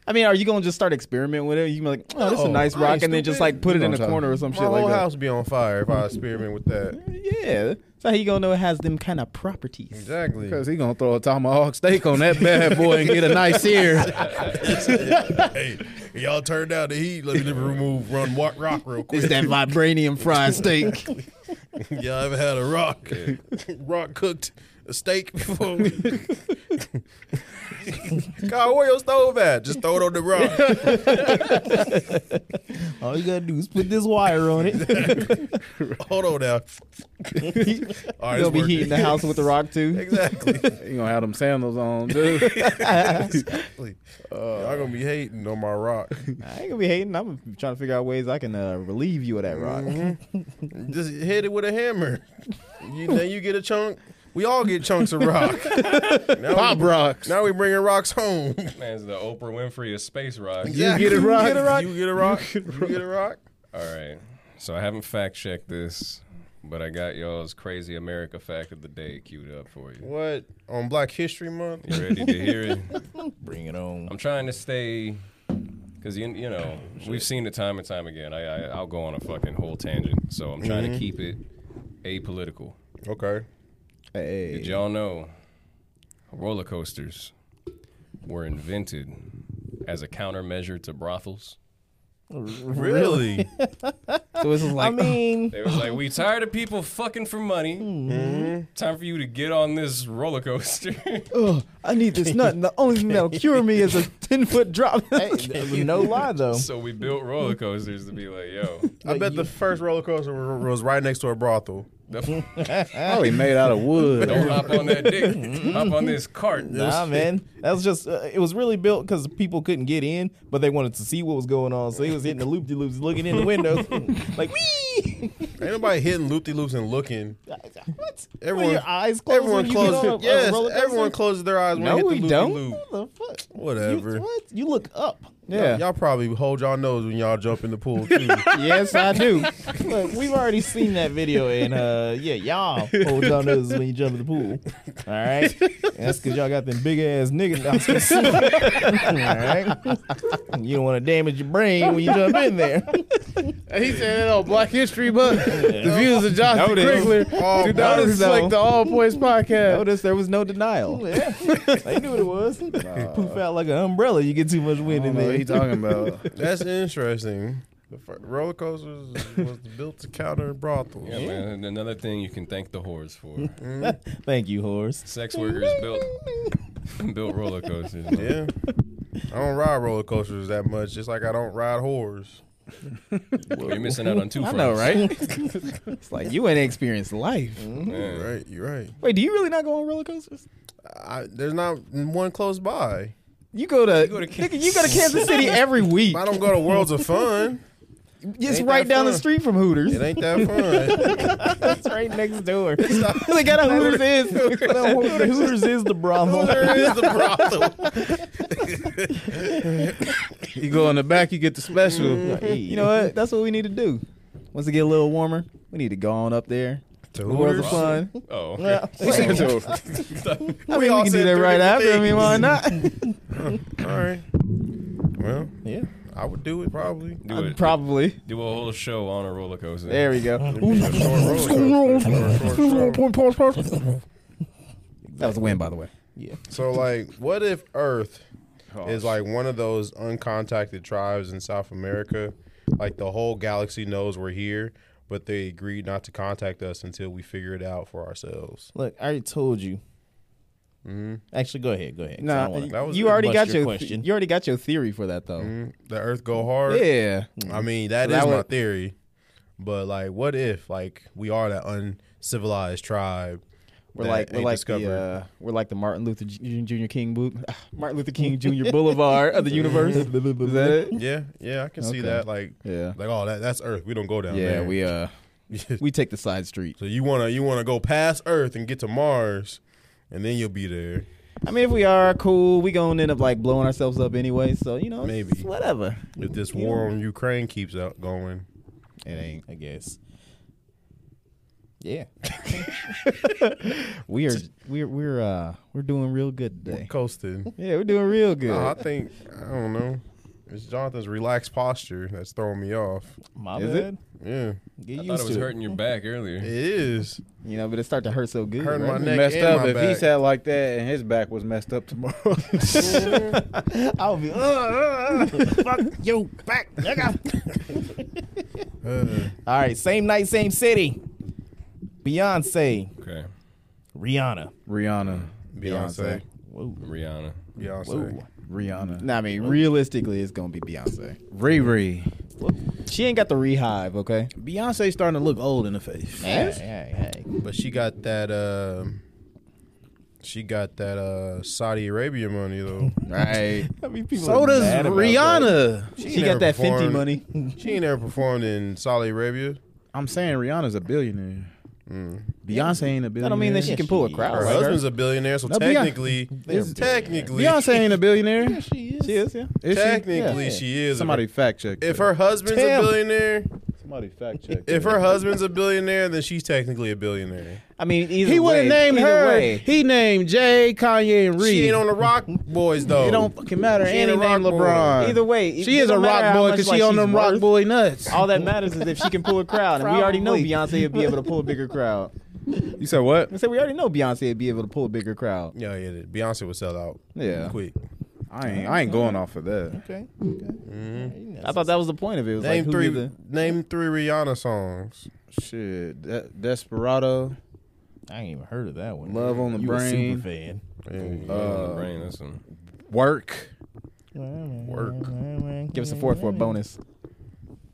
I mean, are you gonna just start experimenting with it? You can be like, oh, this is a
No,
nice
I
rock,
ain't
and then just
stupid.
like put it
You
in
know
a
what I'm
corner or some
My
shit
whole
like
house be on fire if I experiment with that.
that. Yeah, so how you gonna know it has them kind of properties?
Exactly.
Cause he gonna throw a tomahawk steak on that bad boy and get a nice ear.
hey, y'all turn down the heat. Let me let me remove run walk rock real
It's
quick.
that vibranium fried steak.
y'all ever had a rock rock cooked a steak before? God, where your stove at? Just throw it on the rock.
All you gotta do is put this wire on it.
Hold on now. All right,
They'll
it's
be
working.
heating the house with the rock too.
Exactly.
He gonna have them sandals on, dude.
Uh.
Y'all gonna be hating on my rock.
I ain't gonna be hating. I'm trying to figure out ways I can uh, relieve you of that rock.
Just hit it with a hammer. You, then you get a chunk. We all get chunks of rock. now,
Pop
we,
rocks.
now we bringing rocks home.
Man's the Oprah Winfrey of space rock.
Exactly.
get a rock.
You get a rock. You get a rock.
All right. So I haven't fact checked this, but I got y'all's crazy America fact of the day queued up for you.
What on Black History Month?
You ready to hear it?
Bring it on.
I'm trying to stay, because you you know we've seen it time and time again. I, I I'll go on a fucking whole tangent, so I'm trying to keep it apolitical.
Okay.
Did
Hey,
y'all know roller coasters were invented as a countermeasure to brothels?
Really?
so this is
I
like
mean,
They was like, "We tired of people fucking for money. Time for you to get on this roller coaster."
Ugh, I need this nut, and the only thing that'll cure me is a ten foot drop.
hey, no lie though.
so we built roller coasters to be like, "Yo,
I bet the first roller coaster was, was right next to a brothel.
Don't
Probably made out of wood.
don't hop on that dick. hop on this cart.
Nah, man. That was just, uh, it was really built because people couldn't get in, but they wanted to see what was going on. So he was hitting the loop de loops, looking in the windows, like, wee!
Ain't nobody hitting loop de loops and looking.
what?
Everyone-
Were your eyes closed.
Everyone
when you get on
closes.
a- a
Yes,
roller coaster?
everyone closes their eyes when
No,
they hit
we
the loop loop.
don't.
What the fuck?
Whatever.
You, what? You look up.
Yeah.
Y'all probably hold y'all nose when y'all jump in the pool too.
yes, I do.
Look, we've already seen that video, and uh, yeah, y'all hold y'all noses when you jump in the pool. All right, And that's because y'all got them big ass nigga nostrils. All right, you don't want to damage your brain when you jump in there.
He said that on Black History Month. The views of Josh
Notice.
Crinkler do not
notice,
reflect the
though.
All Points podcast.
Notice there was no denial.
Yeah, they knew what it was. Poof out like an umbrella. You get too much wind in there.
what he talking about?
That's interesting. The fir- roller coasters was built to counter brothels.
Yeah, man. and Another thing you can thank the whores for.
Thank you, horse.
Sex workers built built roller coasters. man.
Yeah. I don't ride roller coasters that much, just like I don't ride whores.
You're missing out on two
I
fronts.
know, right? it's like you ain't experienced life.
Yeah.
You're right, you're right.
Wait, do you really not go on roller coasters?
I, there's not one close by.
You go to,
go to
nigga, you go to Kansas City every week.
I don't go to Worlds of Fun.
It's
ain't
right
that
down the
fun.
street from Hooters.
It ain't that fun.
It's right next door.
they got a Hooters is.
Hooters is the Brahmo.
There's the brothel.
You go in the back, you get the special.
You know what? That's what we need to do. Once it get a little warmer, we need to go on up there.
To
The world's
Hooters?
of fun.
Oh, okay.
I mean, we
all
can
said
do that
three
right
different
after. I mean, why not?
All right. Well,
Yeah.
I would do it probably.
Do it.
Probably.
Do a whole show on a roller coaster.
There we go.
Short roller coaster, short, short, short.
That was a win, by the way.
So, like, what if Earth
Oh,
is like one of those uncontacted tribes in South America? Like, the whole galaxy knows we're here, but they agreed not to contact us until we figure it out for ourselves.
Look, I already told you. Actually, go ahead. Go ahead. 'cause I
No,
don't wanna-
that was
you already
bust
got
your
your,
question.
you already got your theory for that though.
Mm, The Earth go hard?
Yeah,
I mean, that is
that
my
would-
theory. But, like, what if, like, we are that uncivilized tribe?
we're
that
like we're
ain't
like
discovered?
the uh, we're like the Martin Luther J- Junior King Bo- Martin Luther King Junior Boulevard of the universe. is that it?
Yeah, yeah, I can see
Okay.
that. Like,
Yeah,
like oh, that, that's Earth. We don't go down
yeah.
there.
We uh, we take the side street.
so you wanna you wanna go past Earth and get to Mars, and then you'll be there.
I mean, if we are cool, we gonna end up like blowing ourselves up anyway. So you know,
Maybe.
it's whatever.
If this war on Ukraine keeps out going,
It ain't.
I guess. Yeah.
We are we're we're uh we're Uh-huh. doing real good
we're
today.
coasting.
Yeah, we're doing real good.
Nah, I think I don't know. It's Jonathan's relaxed posture that's throwing me off.
My
Is
bad.
Yeah,
Get
I
used
thought it
to
was hurting your back
it
earlier.
is.
You know, but it start to hurt so good.
Hurting my
right?
neck
messed
and
up
my
if he
back.
sat like that and his back was messed up tomorrow.
I'll be. Uh, uh, uh, fuck you back, nigga.
Uh,
All right. Same night, same city. Beyonce,
Okay.
Rihanna.
Rihanna.
Beyonce,
Whoa.
Rihanna.
Beyonce.
Whoa.
Rihanna.
Nah, I mean, realistically, it's gonna be Beyonce.
Riri.
She ain't got the rehive, okay?
Beyonce starting to look old in the face.
Hey, hey, hey.
But she got that. Uh, she got that uh, Saudi Arabia money though.
Right.
I mean, people
So
are
does
mad about that.
Rihanna.
She,
she
never
got that 50
performed-
money.
She ain't ever performed in Saudi Arabia.
I'm saying Rihanna's a billionaire.
Mm.
Beyonce ain't a billionaire.
That don't mean that she
Yeah,
can pull a
she-
Oh,
crowd.
Her
like her.
husband's a billionaire, so
No, Beyonce-
technically,
They're
technically,
Beyonce ain't a billionaire.
She is.
She is, yeah.
Is she?
technically
Yeah.
she is.
Somebody fact check.
if
that.
her husband's a
Damn.
billionaire,
somebody fact check.
if
that.
her husband's a billionaire, then she's technically a billionaire.
I mean, either
He would
way,
have named
either
her.
way.
He named Jay, Kanye, and Reed.
She ain't on the Rock Boys though.
it don't fucking matter.
She
And
ain't
he
a
named
rock boy.
LeBron.
Either way, it
she is a
don't matter
rock
how
boy
much,
because
like,
she on
she's
them
worth.
rock boy nuts.
All that matters is if she can pull a crowd, and we already know
Probably.
Beyonce would be able to pull a bigger crowd.
you said what?
I said we already know Beyonce would be able to pull a bigger crowd.
Yeah, yeah. Beyonce would sell out.
Yeah.
quick.
I ain't. I ain't going off of that.
Okay.
I thought that was the point of it. it was
Name
like,
three.
Who did
Name three Rihanna songs.
Shit. De- Desperado.
I ain't even heard of that one.
Love on the
you A
brain.
super fan.
And
Uh, brain, that's one.
Work.
Work.
the, give us a fourth for a bonus.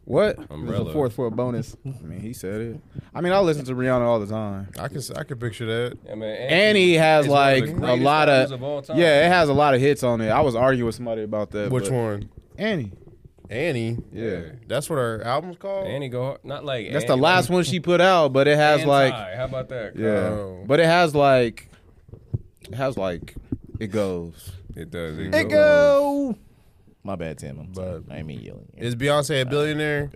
What?
Give us a
Umbrella.
fourth for a bonus.
I mean, he said it.
I mean, I listen to Rihanna all the time.
I can I can picture that.
I mean,
And he has
is one of
like
the
a
greatest
lot
albums
of,
of all time.
Yeah, it has a lot of hits on it. I was arguing with somebody about that.
Which
but-
one?
Annie.
Annie.
Yeah.
That's what her album's called.
Annie go hard. Not like
that's
Annie,
the last one she put out, but it has
Anti.
like,
How about that?
Yeah.
Oh.
but it has like, it has like, it goes.
It does. It,
It
goes.
My bad, Tim. I'm sorry. I ain't mean yelling.
Is Beyonce a billionaire?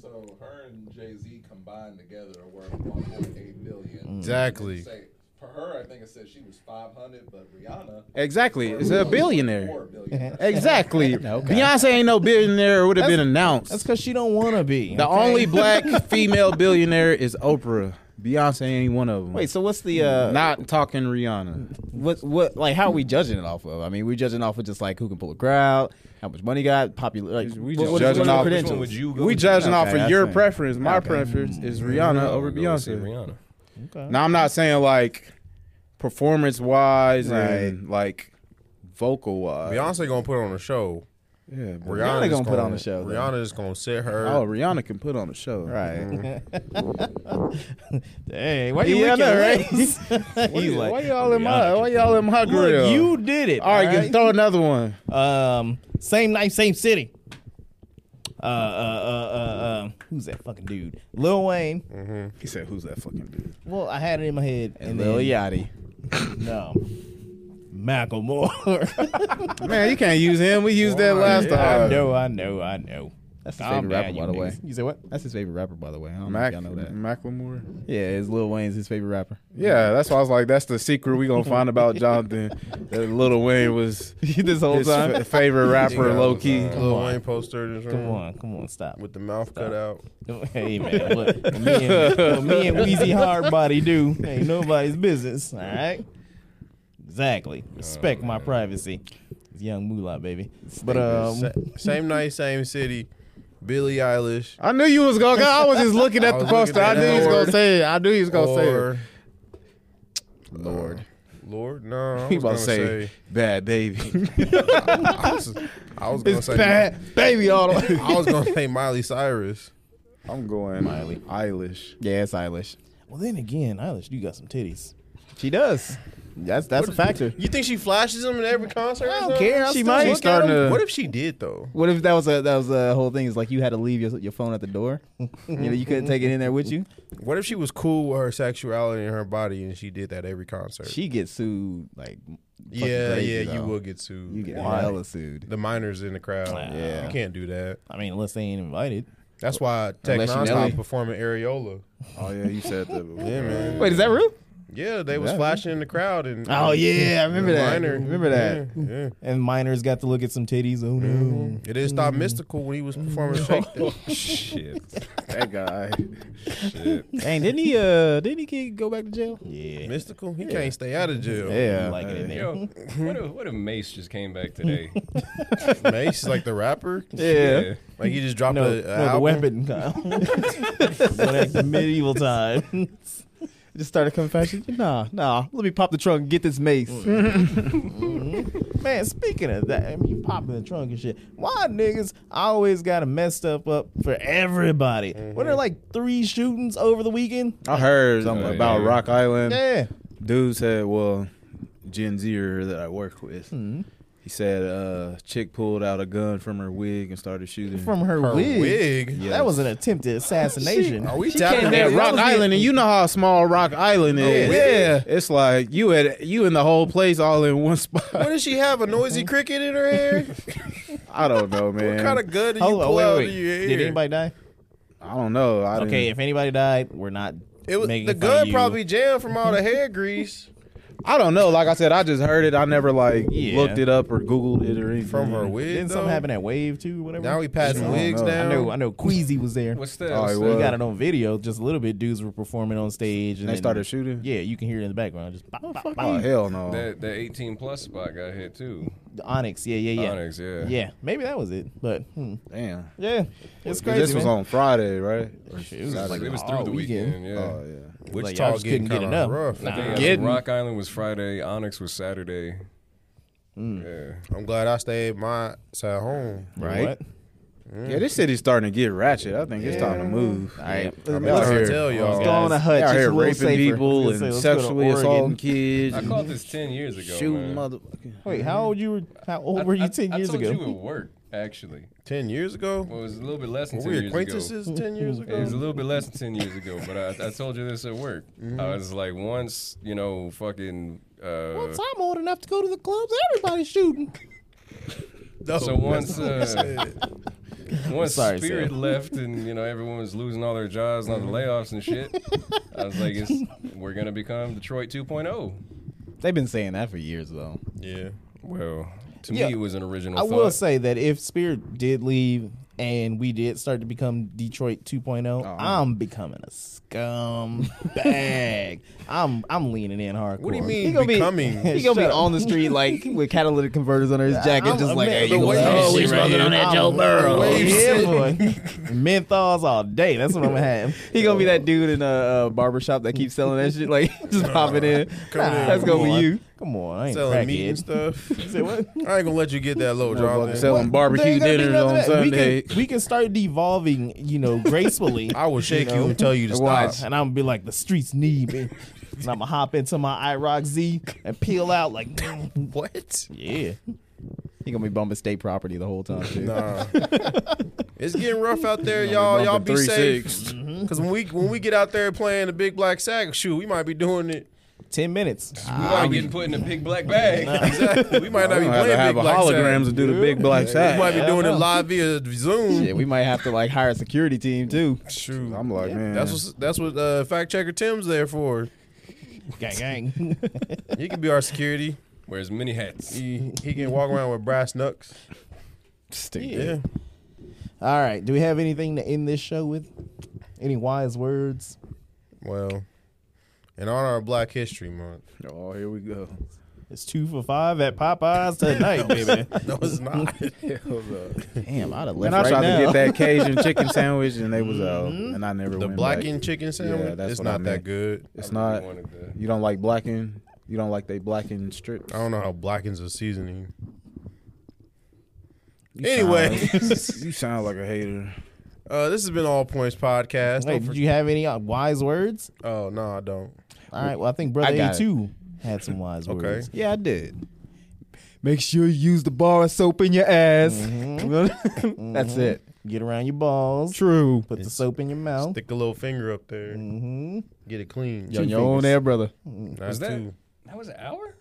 So her and Jay Z combined together are worth 1.8 billion.
Mm.
Exactly.
Say, for her, I think it said she was 500, but Rihanna
Exactly.
It's a billionaire.
four billion.
Exactly. Beyonce ain't no billionaire. It would have been announced.
That's because she don't want to be.
the only black female billionaire is Oprah. Beyonce ain't one of them.
Wait, so what's the uh
not talking Rihanna.
what what like how are we judging it off of? I mean, we judging off of just like who can pull a crowd, how much money got, popular like
We
what-
just
what-
judging
what are the
off-
Which
credentials?
one would you go?
We
to?
judging off
Okay,
of your
that's fair.
preference. My preference is Rihanna
I
over
would go see
Beyonce.
Rihanna.
Now I'm not saying like performance wise and
Right.
like vocal wise.
Beyonce gonna put on a show.
Yeah,
Rihanna
bro.
gonna,
gonna put on a show, though.
Rihanna is gonna sit her.
Oh, Rihanna can put on a show. Mm-hmm.
Right.
Hey, why
you
yeah,
licking
race? He's
Why,
like,
y'all in my why y'all in my
Look,
grill?
you did it.
all right,
all
you throw another one.
Um, same night, same city. Uh, uh, uh, uh, uh, who's that fucking dude? Lil Wayne.
He said, "Who's that fucking dude?"
Well, I had it in my head, and,
Lil
then
Yachty.
no, Macklemore.
Man, you can't use him. We used that last
I
time.
know, I know, I know.
That's his
Calm
favorite rapper,
down, you
by the way.
niggas. You said what?
That's his favorite rapper, by the way. I don't
Mac,
know if y'all know that.
Macklemore.
Yeah, it's Lil Wayne's his favorite rapper.
Yeah, that's why I was like, that's the secret we gonna find about Jonathan. That Lil Wayne was
this whole
his
time.
fa- favorite rapper, low key.
Lil Wayne poster in his
Come
room
on, come on, stop.
with the mouth cut out.
Hey man, look, what me and, what me and Wheezy Hardbody do ain't nobody's business. All right, exactly. Respect my privacy. It's young Moolah, baby. But um,
Sa- same night, same city. Billie Eilish.
I knew you was gonna. I was just looking at
I
the
was looking
poster. I
at
knew you was
Lord.
gonna say it. I knew you was gonna say it.
or Lord. Lord, no. I
He
was
about
gonna
to say,
say.
bad baby.
I was, I was gonna
it's
say.
bad baby all the way.
I was gonna say Miley Cyrus.
I'm going Miley. Eilish.
yeah, it's Eilish.
well, then again, Eilish, you got some titties.
She does. That's that's a factor.
You think she flashes him in every concert? I
don't care. I'll
She
still
might. She's
look at
starting
him.
to. What if she did though?
What if that was a that was a whole thing? Is like you had to leave your your phone at the door. you know, you couldn't take it in there with you.
What if she was cool with her sexuality and her body, and she did that every concert?
She gets sued like fucking
yeah,
crazy,
yeah, you
though.
will get sued.
You get
Why?
hella sued.
The minors in the crowd.
Yeah.
you can't do that.
I mean, unless they ain't invited.
That's why Tech
Unless you
Non
know
stopped
it.
performing Areola.
Oh yeah, you said that. Before.
Yeah, man.
Wait, is that real?
Yeah, they was
Yeah.
flashing in the crowd and.
Oh yeah, I
the
remember that.
minor.
Remember that. Mm-hmm.
Yeah, yeah.
And minors got to look at some titties. Oh no.
It did
Mm.
stop mystical when he was performing Shake That.
Shit.
That guy.
Shit.
Dang, didn't he? Uh, didn't he kid go back to jail?
Yeah.
Mystical, he can't stay out of jail.
Yeah,
Like it in there.
Yo, what if what if Mace just came back today?
Mace is like the rapper.
yeah.
Like he just dropped
No,
a, a
no, the
uh,
album.
weapon, Kyle. Back to medieval times.
Just started confession. Nah, nah. Let me pop the trunk and get this mace.
Man, speaking of that, I mean, popping the trunk and shit. Why niggas always got to mess stuff up for everybody? Were
Mm-hmm.
there like three shootings over the weekend?
I heard
Something like
about
that.
Rock Island.
Yeah.
Dude said, well, Gen Zer that I work with. He said, uh, chick pulled out a gun from her wig and started shooting.
From her,
Her
wig.
wig.
Yes.
That was an attempted assassination.
Are we tapping
At
that?
Rock Island, and you know how small Rock Island is.
yeah.
It's like you had you and the whole place all in one spot.
What does she have? A noisy cricket in her hair?
I don't know, man.
What kind of gun do you
Hold on,
pull out of
wait, wait.
your hair?
Did anybody die?
I don't know. I
Okay,
didn't-
if anybody died, we're not
It was,
making
the
fun of
gun
you.
probably jammed from all the hair grease
I don't know. Like I said, I just heard it. I never like
Yeah.
looked it up or Googled it or anything.
from her wig.
Mm-hmm. Didn't
though.
something happen at Wave Two or whatever?
Now we patting
don't
wigs
know. I
down.
I know, I know. Queasy was there.
What's that?
Oh,
What's
it
that?
We
was.
got it on video. Just a little bit. Dudes were performing on stage, and
They
then-
started shooting?
Yeah, you can hear it in the background. Just pop, pop, pop.
Oh hell no.
That that 18 plus spot got hit too.
The Onyx. Yeah, yeah, yeah.
Onyx, yeah.
Yeah, maybe that was it. But hmm.
Damn.
yeah, it's crazy.
This was
man.
on Friday, right? Or
It was
It was,
like
like, it was
all
through the
weekend.
weekend, yeah.
Oh yeah.
Which
Like, y'all
talk
just couldn't
getting
get
kind
enough.
of rough.
I think
Getting-
Rock Island was Friday, Onyx was Saturday. Yeah.
I'm glad I stayed my side home.
You know
Right.
what?
Yeah, this city's starting to get ratchet. I think it's time to move.
All right.
I'm
Y'all
trying to
here-
tell
Uh,
Let's
y'all.
go on a hut.
Out
Just
here
a little
raping
safer. I
people
was gonna
and
say, let's go to
sexually
Oregon.
assaulting kids.
I
and
called this ten years ago.
Shooting
man.
motherfucker.
Wait, how old you were? How old were
I-
you
I-
ten years
I told
ago?
you it worked actually.
Ten years ago,
Well, it was a little bit less than
were
ten
we
years ago.
acquaintances? Ten years
It was a
ago.
little bit less than ten years ago, but I, I told you this at work. I was like, once you know, fucking. Uh,
Once I'm old enough to go to the clubs, everybody's shooting.
No,
so once uh, once
Sorry,
Spirit
Sam.
left and you know everyone was losing all their jobs and all the layoffs and shit, I was like, it's, we're gonna become Detroit oh. 2.0.
They've been saying that for years though.
yeah.
Well, to
Yeah,
me, it was an original.
I
thought.
will say that if Spirit did leave and we did start to become Detroit 2.0,
Uh-huh.
I'm becoming a scumbag. I'm I'm leaning in hardcore.
What do you
He
mean
gonna be-
becoming?
He's gonna be
Shut up.
on the street like with catalytic converters under his jacket,
I'm
just
a
like
man.
hey,
The
you
way you
always
shit right
smoking
here.
on that Joe Burrow.
Oh, yeah,
Yeah.
boy. Menthols all day. That's what I'm gonna have.
He gonna be that dude in a uh, barber shop that keeps selling that shit, like just popping in.
Coming in.
That's gonna
Come
be
on.
you.
Come on, I ain't
selling meat and
crackhead.
stuff.
Say what?
I ain't gonna let you get that low,
Motherfucker
Jonathan.
selling barbecue
There ain't gonna be
dinners
none of
on
that. We
Sunday.
can, we can start devolving, you know, gracefully. Uh,
I will shake you, and tell you to stop.
And I'm gonna be like, the streets need me. and I'm gonna hop into my IROC Z and peel out like,
What?
yeah.
He gonna be bumping state property the whole time. Too.
Nah. it's getting rough out there, y'all. Y'all be
bumping
safe. Mm-hmm. Cause when we when we get out there playing the big black sack, shoot, we might be doing it.
10 minutes.
we might get put in a big black bag.
Exactly. We might not
We
be
have
playing
to have
big
a
black
holograms to do the big black
sack. We might
sack.
be doing it live via Zoom.
Yeah, we might have to like hire a security team too.
Shoot,
I'm like, man,
that's what that's what uh, fact checker Tim's there for.
gang, gang.
He can be our security.
Wears mini hats.
He he can walk around with brass knucks. Yeah.
all right. Do we have anything to end this show with? Any wise words?
Well, in honor of Black History Month.
oh, here we go.
It's two for five at Popeyes tonight, baby.
No, it's not.
Damn, I'd have
And
left
I
right
tried
now.
to get that Cajun chicken sandwich, and they was out, and I never
the
went back.
blackened chicken sandwich.
that's
it's
what I
not that
meant.
good.
It's not.
Wanted to-
You don't like blackened. You don't like they blackened strips.
I don't know how blackens a seasoning.
Uh,
Anyway,
You sound like a hater.
uh, this has been All Points Podcast.
Wait,
Don't
did
for-
you have any uh, wise words?
oh no, I don't.
All right. Well, I think Brother
got it.
A2 had some wise
Okay.
words.
Yeah, I did. Make sure you use the bar of soap in your ass. That's it.
Get around your balls.
True.
Put the soap in your mouth.
Stick a little finger up there.
Mm-hmm.
Get it clean.
Yo, your own air, brother.
That's
Was that
two.
that was an hour?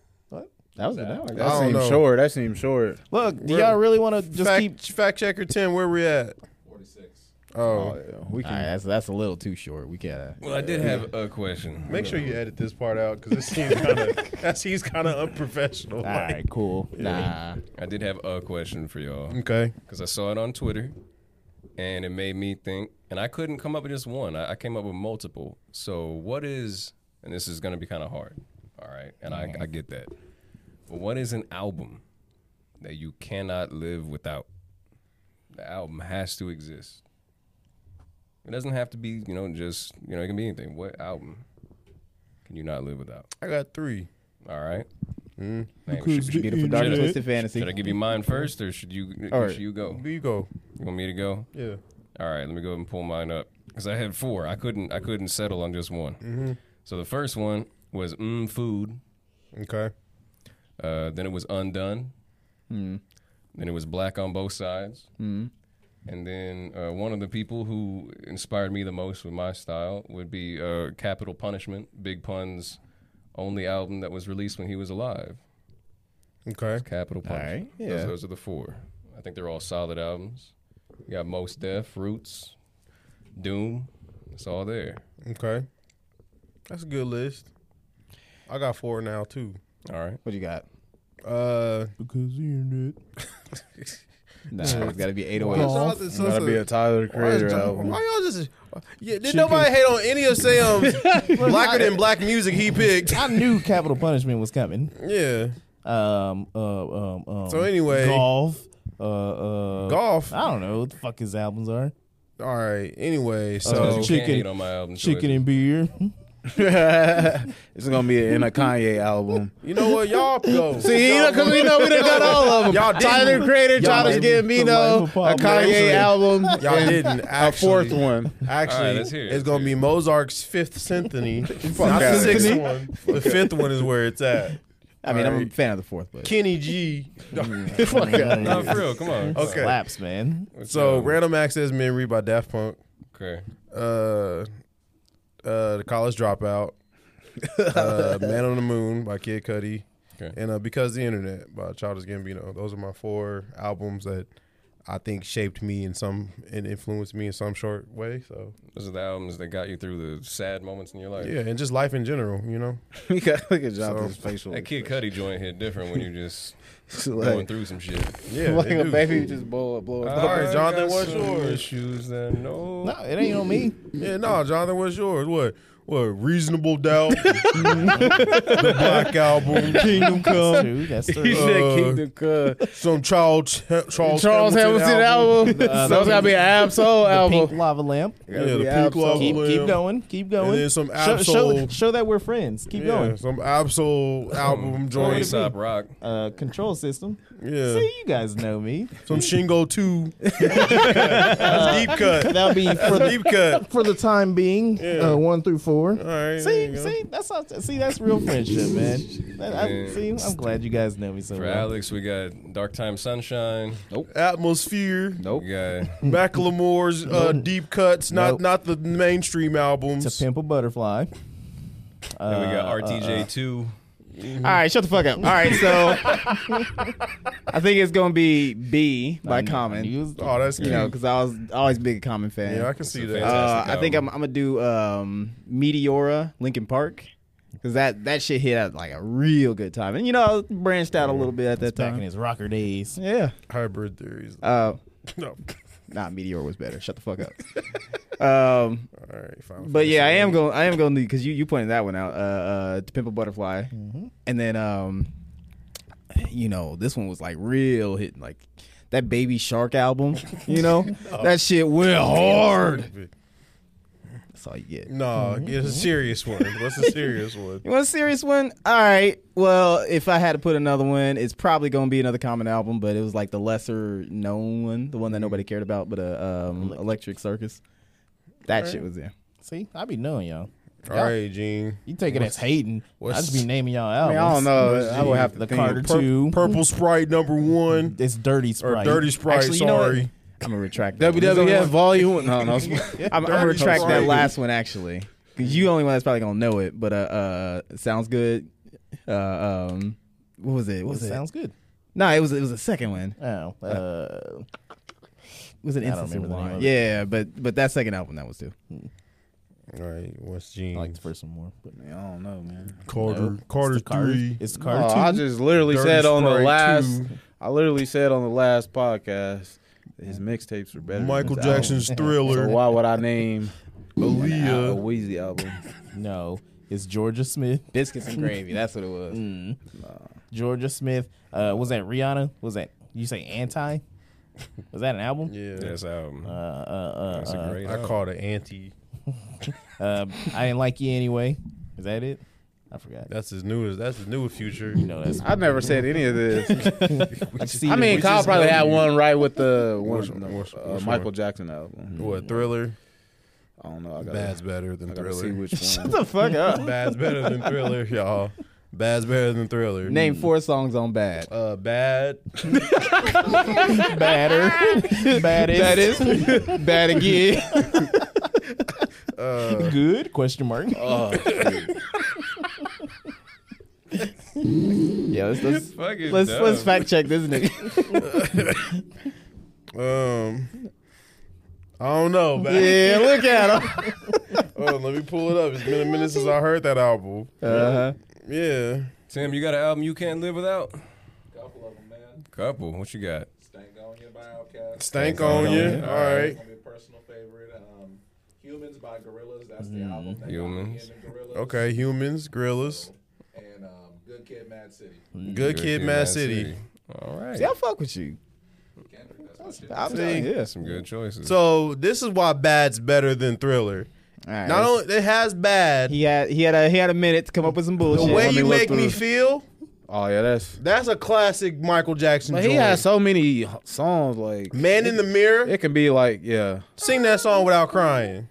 That was an hour. ago.
I
That
don't
seems
know.
short. That seems short.
Look, do y'all really want to just
fact,
keep?
fact checker Tim, where we at?
46.
Oh,
We
All right,
can.
that's that's a little too short. We can't. uh,
Well, I did have a question.
make sure you edit this part out because this seems kind of that seems kind of unprofessional.
All right, cool.
Nah.
I did have a question for y'all
Okay.
because I saw it on Twitter, and it made me think. And I couldn't come up with just one. I, I came up with multiple. So what is? And this is going to be kind of hard. All right, and
Mm-hmm.
I, I get that. But what is an album that you cannot live without? The album has to exist. It doesn't have to be, you know, just you know, it can be anything. What album can you not live without?
I got three.
All right.
Mm-hmm. Beautiful dark twisted fantasy.
Should I give you mine first, or should you?
All
or
right.
Should you go?
Here you go.
You want me to go?
Yeah.
All right, let me go and pull mine up because I had four. I couldn't. I couldn't settle on just one. So the first one was mm food.
Okay.
Uh, then it was undone. Then it was black on both sides. And then uh, one of the people who inspired me the most with my style would be uh, Capital Punishment, Big Pun's only album that was released when he was alive.
Okay.
Capital Punishment.
right,
Those-
yeah.
those, are the four. I think they're all solid albums. You got Most Def, Roots, Doom. It's all there.
Okay. That's a good list. I got four now too.
All right.
What you got?
Uh,
Because you knew it.
Nah, it's got to be 808.
why,
Gotta be a Tyler the Creator album.
y'all just? Yeah, did nobody hate on any of Sam's blacker than black music he picked?
I knew capital punishment was coming.
Yeah,
Um, uh, um, um,
So anyway-
golf. Uh, uh,
golf.
I don't know what the fuck his albums are.
All right. Anyway,
Because
so
you can't
Chicken-
hate on my album.
Chicken and beer.
it's gonna be in a Kanye album.
You know what, y'all go.
See, because we know we done got all of them. Y'all Tyler Creator, Childish Gambino, a Kanye album,
Y'all
and
didn't actually.
Fourth one.
All right,
Actually,
let's hear it.
it's gonna be Mozart's Fifth Symphony. not
out
the
of
sixth
here.
one. The fifth one is where it's at.
I mean, I'm a
Alright.
fan of the fourth, but
Kenny G.
No, for real. Come on.
Okay.
Slaps, man.
What's
So,
up?
Random Access Memory by Daft Punk.
Okay.
uh, uh, the college dropout, uh, Man on the Moon by Kid Cudi,
Okay.
and uh, Because the Internet by Childish Gambino. Those are my four albums that I think shaped me in some and influenced me in some short way. So
Those are the albums that got you through the sad moments in your life.
yeah, and just life in general, you know.
Look at Jonathan's facial.
That Kid Cudi joint hit different when you're just going
Like,
through some shit.
Yeah,
like
they
a
do.
baby just blow up, blow up.
All right,
I
Jonathan,
got
what's
some
yours?
Issues that no.
No, it ain't on me.
Yeah, no, Jonathan, what's yours? What? What? Reasonable doubt. the Black Album. Kingdom
That's true. That's
He
true.
said
Uh,
Kingdom Come.
Some Charles Charles,
Charles Hamilton album.
Uh,
So it's gotta be an Absol
The pink
album.
lava lamp.
Yeah, the
be
Pink
Absol.
Lava
Keep, keep
Lamp.
going. Keep going.
And then some
show, show,
Absol.
show that we're friends. Keep
yeah,
going.
Some Absol album joint.
Aesop Rock.
Uh, control system.
Yeah.
See, you guys know me.
Some Shingo 2. That's deep cut.
That'll be for the
Deep cut.
for the time being.
Yeah.
Uh, one through four.
All right. there
See,
you go.
see, that's not, see, that's real friendship, man. That- I-
Man.
see, I'm glad you guys know me so
For
well.
Alex, we got Dark Time Sunshine.
Atmosphere.
We got
Macklemore's uh, deep cuts. Not
Nope.
not the mainstream albums.
To pimp a butterfly.
then we got
Uh, uh, uh.
RTJ2.
all right, shut the fuck up. All right, so I think it's gonna be B by
I knew- I
Common.
knew
You
it was-
Oh, that's cute.
know, because I was always a big Common fan.
yeah, I can see
It's a
that.
fan.
Uh,
Fantastic
I think I'm,
album.
I'm gonna do um, Meteora, Lincoln Park, because that that shit hit at like a real good time, and you know I was branched out a little bit at that
back in
time.
his rocker days.
Yeah,
Hybrid theories.
uh,
no.
nah, Meteor was better. Shut the fuck up. um,
All right, fine.
but yeah, I am going. to I am going to because you you pointed that one out. Uh, uh, to Pimp a Butterfly, and then um, you know this one was like real hit like that Baby Shark album. You know that shit went hard. That's all you get.
No,
Mm-hmm,
it's a serious one. What's a serious one?
You want a serious one? All right. Well, if I had to put another one, it's probably going to be another common album, but it was like the lesser known one, the one that nobody cared about, but uh, um, Mm-hmm. Electric Circus. That shit was there.
See, I be knowing y'all.
All right, Gene.
You take it as hating. I
what's-
just be naming y'all albums.
I mean, I don't know. I would have to
The
think.
Carter
Pur-
Two.
Purple Sprite number one.
It's Dirty
Or
Sprite.
Dirty Sprite,
Actually, you know what?
sorry.
I'm going to retract that.
WWF Volume One. No, no. it's-
I'm, I'm going to
Dirty
retract that
Sprite.
last one, actually. 'Cause you the only one that's probably going to know it, but uh, uh, Sounds Good. Uh, um, what was it? What
It
was it?
sounds good.
no, it was it was the second one.
Oh, uh,
It was an
I don't
instance of
remember the name
wine.
of it.
Yeah, but but that second album that was too.
All right, what's
I
Gene?
like the first one more. But
I don't know, man.
Carter,
No,
Carter
it's the Carter.
three.
It's the
Oh,
Carter Two.
I just literally
Dirty
said on the
Sprite
last.
two.
I literally said on the last podcast that his mixtapes were better. than
Michael
his album.
Jackson's
So
Thriller,
why would I name an al- a
Aaliyah.
Wheezy album?
no, it's Georgia Smith.
Biscuits and gravy. That's what it was.
Mm. Georgia Smith. Uh, was that Rihanna? Was that you say anti? Was that an album?
Yeah,
That's album.
Uh, uh,
That's
uh,
a
uh,
great
I
album.
called it anti.
um, I didn't like you anyway. Is that it? I forgot.
That's as new as that's as new as future.
No, that's
I never said any of this.
I mean, Kyle probably had one right with the
One,
Which-
no,
which-
uh,
which
Michael
one?
Jackson album.
What Thriller?
I don't know. I gotta,
Bad's better
I
than
gotta see
Thriller.
which one.
fuck up.
Bad's better than Thriller, y'all. Bad's better than Thriller.
Name four songs on bad.
Uh, bad.
badder. Baddest.
That is bad again.
Uh,
Good? Question mark.
yeah, let's let's
Fucking
let's,
dumb.
let's fact check this nigga.
um, I don't know. Bad.
yeah, look at him.
Hold on, let me pull it up. It's been a minute since I heard that album.
Uh-huh.
Yeah.
Tim, you got an album you can't live without?
Couple of them, man.
Couple. What you got?
Stank on you by Outkast.
Stank on you.
ya.
All right.
Uh, My personal favorite. Um, Humans by Gorillaz. That's
Mm-hmm.
the album. That
Humans.
Got me into Gorillaz.
Okay. Humans, Gorillas,
And um, Good Kid, Mad City.
Good Kid, Mad City.
All right.
See, I fuck with you.
Kendrick, that's my shit.
I'm yeah.
Some good choices.
So this is why Bad's better than Thriller.
All right,
Not
let's-
only it has bad.
he had he had a he had a minute to come up with some
the
bullshit.
way
Let
you
look
make me
through-
feel,
Oh yeah, that's.
that's a classic Michael Jackson.
But
joint.
he has so many songs like
Man in the mirror,
It can be like yeah.
sing that song without crying.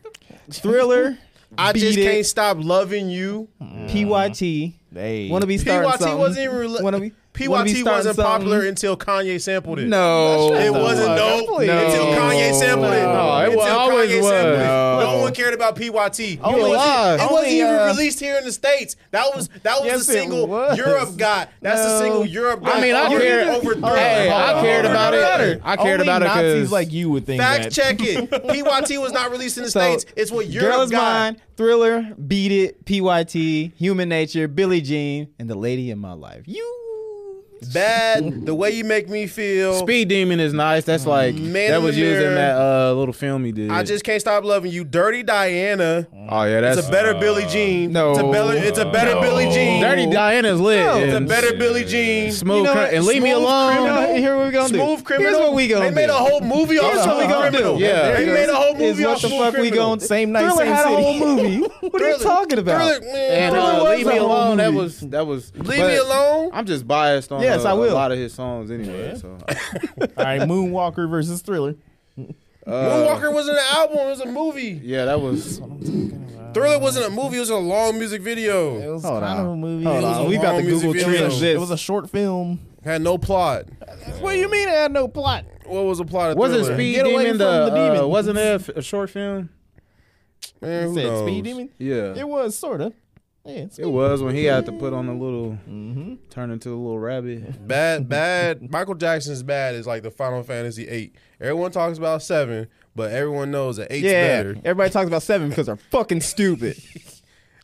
Thriller,
I
Beat
just
It.
can't stop loving you.
PYT,
They
wanna be starting
PYT
something.
wasn't even rela-
Wanna be-
PYT
wanna be starting
wasn't popular
something.
until Kanye sampled it.
No,
It wasn't dope
no.
until Kanye sampled it.
No,
it
until
wa- always
Kanye
was.
sampled it.
No.
No one cared about PYT. It wasn't-
lie.
It wasn't
Only,
even
uh,
released here in the states. That was that was
Yes,
the
it
single
was.
Europe got. That's the
No.
single Europe got.
I mean, I
over,
cared-
over three.
Hey, I
on,
cared
hold
about
on.
it. I cared
Only
about it
Nazis
because
like you would think
Fact
that.
check it. PYT was not released in the
So,
states. It's what Europe
Girl is
got.
mine. Thriller, Beat It, PYT, Human Nature, Billie Jean, and the lady in my life. You.
Bad. The way you make me feel.
Speed Demon is nice. That's like
Man in
that
the
was used
Mirror.
in that uh, little film he did.
Mm. I just can't stop loving you. Dirty Diana.
Oh yeah, that's.
It's a better Billie Jean.
no.
It's a better, it's a better
No.
Billie Jean.
Dirty Diana's lit.
It's a
and
better
Yeah.
Billie Jean.
smooth
You know
cr-
what?
and leave me
Smooth
alone.
criminal.
No, here we gonna
Smooth
do.
criminal.
Here's what we gonna
They
do.
made a whole movie off
Here's what we
Smooth
gonna
Criminal.
do.
Yeah.
They
There
made a whole
Is
movie
what
off
the
Smooth
fuck we
Criminal.
gonna same night
Thriller
same
had a
city.
whole movie.
what are you
Thriller-
talking about?
Thriller, man,
And
Thriller
uh,
was
leave me
a whole
alone. That
movie.
was that was.
Leave
but
me alone.
I'm just biased on
Yes,
uh,
I
a
will.
lot of his songs anyway. So
All right, Moonwalker versus Thriller.
Moonwalker wasn't an album. It was a movie.
uh, yeah, that was.
Thriller wasn't a movie. It was a long music video.
was
Hold
kind
on.
of a movie.
Hold
It was
on,
a
we about
long
to
music
Google
video.
trends
It
this.
was a short film.
Had no plot.
What do you mean it had no plot?
What was the plot of
Wasn't
Thriller?
Speed
Get away
Demon the,
from the
uh,
demons.
wasn't there a f- a short film?
Man, who
Said
knows?
Speed Demon.
Yeah.
It was sort of. Yeah, it's
It was when he had to put on a little
Mm-hmm.
Mhm.
turn into a little rabbit.
Bad, bad. Michael Jackson's bad is like the Final Fantasy eight. Everyone talks about seven, but everyone knows that eight's
yeah,
better.
everybody talks about seven because they're fucking stupid.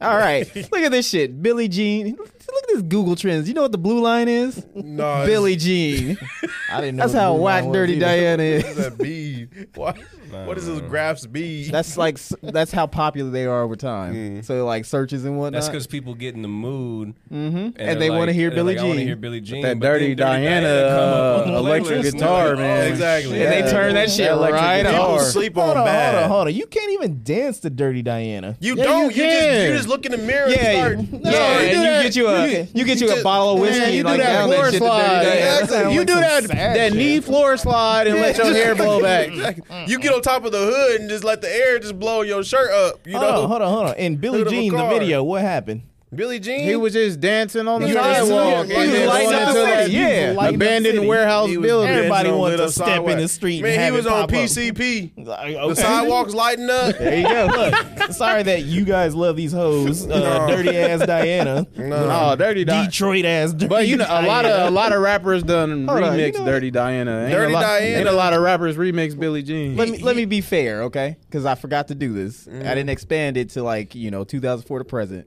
All right, look at this shit. Billie Jean. Look at this Google Trends. You know what the blue line is?
No, it's-
Billie Jean.
Uh, I didn't know.
That's
the
how
blue
whack
line
dirty
was either.
Diana
What is
is.
that bead? What, what is this graph's bead?
That's like s- that's how popular they are over time.
Mm.
So like searches and whatnot.
That's because people get in the mood
hmm
and,
uh, And they
want
wanna
to
hear Billie
I want to
Jean.
hear Billie Jean.
that
but then
Dirty Diana,
come up on
uh,
the
electric
playlist, and
guitar,
they're like,
man.
oh,
exactly.
And they turn that shit
Electric
right
guitar.
People
off.
sleep
Hold
on
on,
bad.
hold on, hold on. You can't even dance to Dirty Diana.
You
Yeah,
don't.
you
You, just
can.
you just look in the mirror
Yeah,
and start.
yeah.
Sorry.
and
do
you
that-
get you a
you
you,
do-
get you,
you
a
just-
bottle of whiskey.
Man, you do
like,
that
down
floor
shit to Dirty
slide.
Diana.
Yeah,
That sound
You
like
do
some
that
sad
that
shit.
knee floor slide and let your hair blow back.
Exactly. You get on top of the hood and just let the air just blow your shirt up. You
Hold
know,
on, Oh, hold on, hold on. In Billie
Hood of a
Jean, the
car.
video, what happened?
Billie Jean.
He was just dancing on the
You just-
sidewalk.
you
and then
lighting
going
up the
into
city,
like
yeah. You lighting up
abandoned
city.
warehouse
He was
building.
dancing
Everybody
on
wanted
Little
to step in
Sidewalk.
the street
Man,
and have
he was
it
on
pop up.
PCP.
Like,
The
okay.
sidewalks lighting up.
There you go. Look, sorry that you guys love these hoes. Uh,
No.
Dirty ass Diana.
Oh, dirty Diana.
Detroit ass. Dirty
But you know, a lot of a lot of rappers done
Hold on, you
remix
know-
Dirty Diana. Ain't
Dirty
a lot,
Diana.
Ain't a lot of rappers remix Billie Jean.
Let me let me be fair, okay? Because I forgot to do this. I didn't expand it to like you know 2004 to present.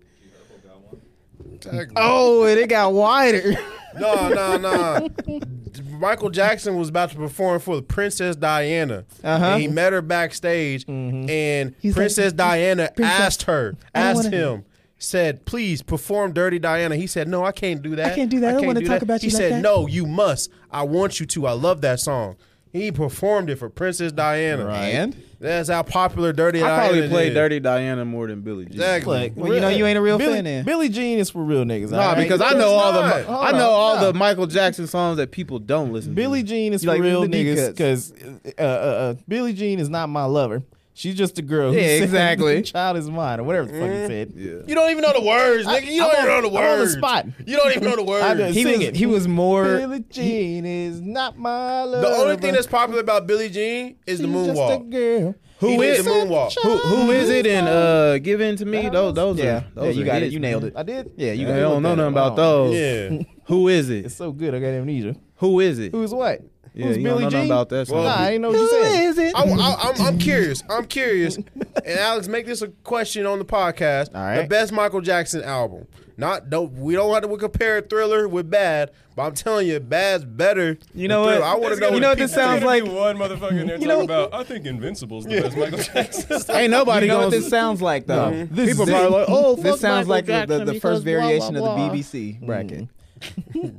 Oh, and it got wider.
No, no, no. Michael Jackson was about to perform for the Princess Diana,
Uh-huh. Mm-hmm.
and he met her backstage, and
He's like,
Princess Diana
"Princess,
asked her,
I don't
asked
wanna-
him. Said, please perform Dirty Diana. He said, No, I can't do that.
can't do that. I don't
can't
wanna talk
that."
about
he
you
He
like
said,
that.
No, you must. I want you to. I love that song. He performed it for Princess Diana.
And
That's how popular Dirty
I
Diana
probably play
is.
Dirty Diana more than Billie Jean.
Exactly.
Look,
Well, you know you ain't a real
Billie,
fan then.
Billie Jean is for real niggas.
Nah,
all right?
because I
It's
know all the
not.
I know all the Michael Jackson songs that people don't listen
Billie
to.
Jean is
You like
for real
the D
niggas
cuts.
because uh, uh, uh, Billie Jean is not my lover. She's just a girl. who
Yeah,
said,
exactly.
Child is mine or whatever the fuck he said.
You don't even know the words, nigga. You
I'm
don't even
on-
know the
I'm on the
words.
spot.
You don't even know the
I
words.
just-
he
Sing
was
it.
he was more.
Billie Jean is not my lover.
The only thing that's popular about Billie Jean is the
She's Just a
moonwalk.
girl.
Who
He
is
did
the
the
moonwalk?
Who who is it and uh give in to me? Those those
Yeah,
are
yeah,
those
you
are
got it.
hits,
You nailed
man.
it.
I did.
Yeah, you
I
got it.
don't know nothing about
Wow.
those.
Yeah.
Who is
It's
it?
so good. I got amnesia.
Who is it?
Who's what?
yeah,
Who's
you
Billie
don't know nothing
Jean?
about that song.
Well,
Nah, I ain't know what
Who
you said.
is it?
I, am I'm curious. I'm curious. And Alex, make this a question on the podcast.
All right.
The best Michael Jackson album. Not don't we don't have to compare Thriller with Bad, but I'm telling you, Bad's better. than
You know what?
Thriller. I want to know.
You know what this
There's
sounds
gonna be
like?
one motherfucker in there talking
know-
about. I think Invincible's the best Michael Jackson. song."
Ain't
You
nobody
know
gonna
what this sounds like though. This
People
is it.
probably like, oh, fuck
this sounds
Michael
like the-
Jackson
the, the
because
first
blah, blah,
variation
blah. Mm-hmm.
of the BBC bracket.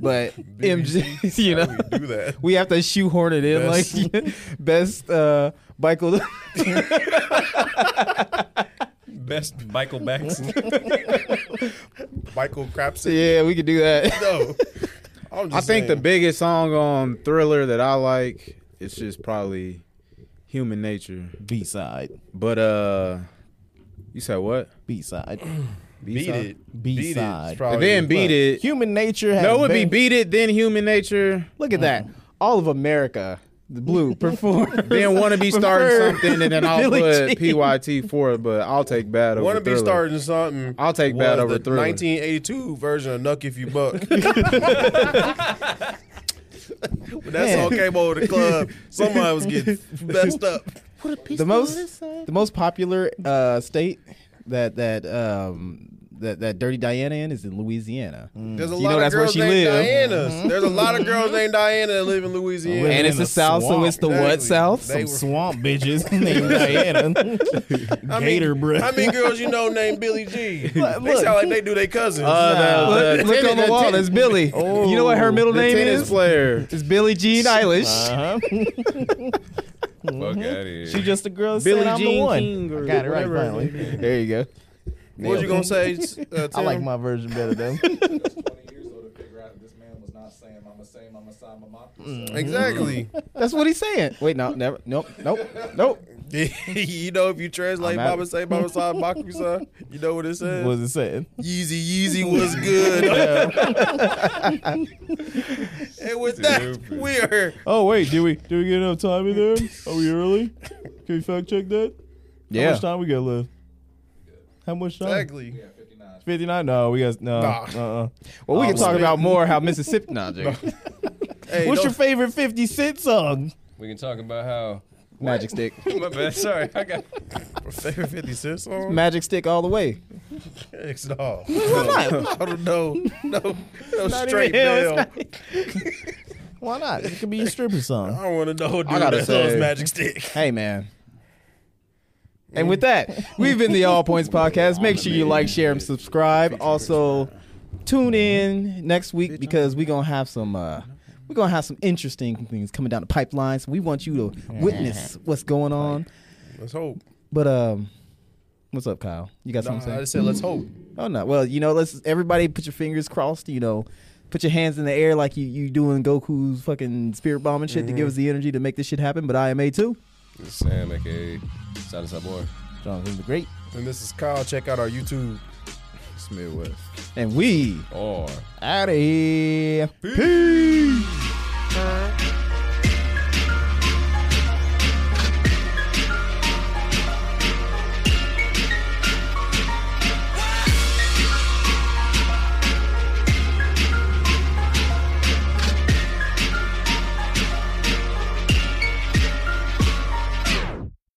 but MJ,
BBC,
you
how
know,
we do that.
we have to shoehorn it in
Best.
like best uh, Michael.
best Michael Baxton.
Michael Crapson.
Yeah, we could do that.
No. I'm just
I think the
saying.
biggest song on Thriller that I like is just probably Human Nature.
B side.
But uh, you said what?
B side.
beat
B-side?
it.
B
Beat It
side.
is probably-
then Beat It.
Human nature has
No, it would be
been,
Beat It, then Human Nature,
Look at that. All of America, the blue perform.
then Wanna Be Starting
Prefer
Something, and then I'll
Billie Jean.
put PYT for it. But I'll take Bad over
Wanna be
Thriller.
starting something.
I'll take Bad
was
over
the
Thriller.
1982 version of Nuck If You Buck. when that song came over the club, somebody was getting messed up.
the most the most popular uh, state that that um that that Dirty Diana in is in Louisiana,
Mm.
There's a
You
lot
know
of
that's where
girls
she
named
live.
Diana's. There's a lot of girls named Diana that live in Louisiana.
and it's
in
the
a
South, so
swamp.
it's the what
Exactly.
South?
They
some
were-
swamp bitches named Diana.
I mean,
Gator breath.
How many girls you know named Billy G? they sound
look.
like they do their cousins.
Uh, the- the
look
tennis-
on the wall.
ten-
It's Billy. you know what her middle
the
name
tennis
is?
player.
It's Billy Jean Eilish.
Uh-huh.
Fuck out of here.
She just a girl. that
Billie
said, I'm
Jean
the one.
King or
I got it right
whatever.
finally.
There you go.
what was you gonna say? Uh,
I like
Tim?
my version better though.
It took us 20 years, though, to figure out this man was not saying mama say mama sign mama. So
exactly.
That's what he's saying. Wait, no, never. Nope, nope, nope.
you know, if you translate
I'm out.
Baba say Baba Sai Baku Sai, you know what it says.
What was it saying?
Yeezy Yeezy was good. and with that,
Stupid.
we are
Oh wait, do we do we get enough time in there? Are we early? Can we fact check that? How
Yeah.
much time we got left? How much time?
exactly.
yeah, 59.
Fifty nine? No, we got no.
Nah.
Uh-uh.
Well, we
I
can
was
talk
thinking-
about more how Mississippi. Nah, Jake.
Hey,
What's
don't-
your favorite Fifty Cent song?
we can talk about how.
Magic stick.
My bad. Sorry, I got.
favorite 50 Cent song?
Magic stick all the way.
X Dog. I don't know. No, no straight
hell,
mail.
Why not? It could be a stripper
I
song.
don't want to know. Dude,
I gotta
that song's
say-
Magic Stick.
Hey, man. And with that, we've been the All Points Podcast. Make sure you like, share, and subscribe. Also, tune in next week because we're gonna have some uh we're gonna have some interesting things coming down the pipeline. So we want you to witness what's going on.
Let's hope.
But um what's up, Kyle? You got
Nah,
something
I
to
just
say?
said let's hope.
Oh no. Well, you know, let's everybody put your fingers crossed, you know. Put your hands in the air like you you doing Goku's fucking spirit bomb and shit to give us the energy to make this shit happen. But I am A too.
Sam, aka Silent Cyborg.
Jonathan the Great.
And this is Kyle. Check out our YouTube.
And we
Or.
out of here.
Peace.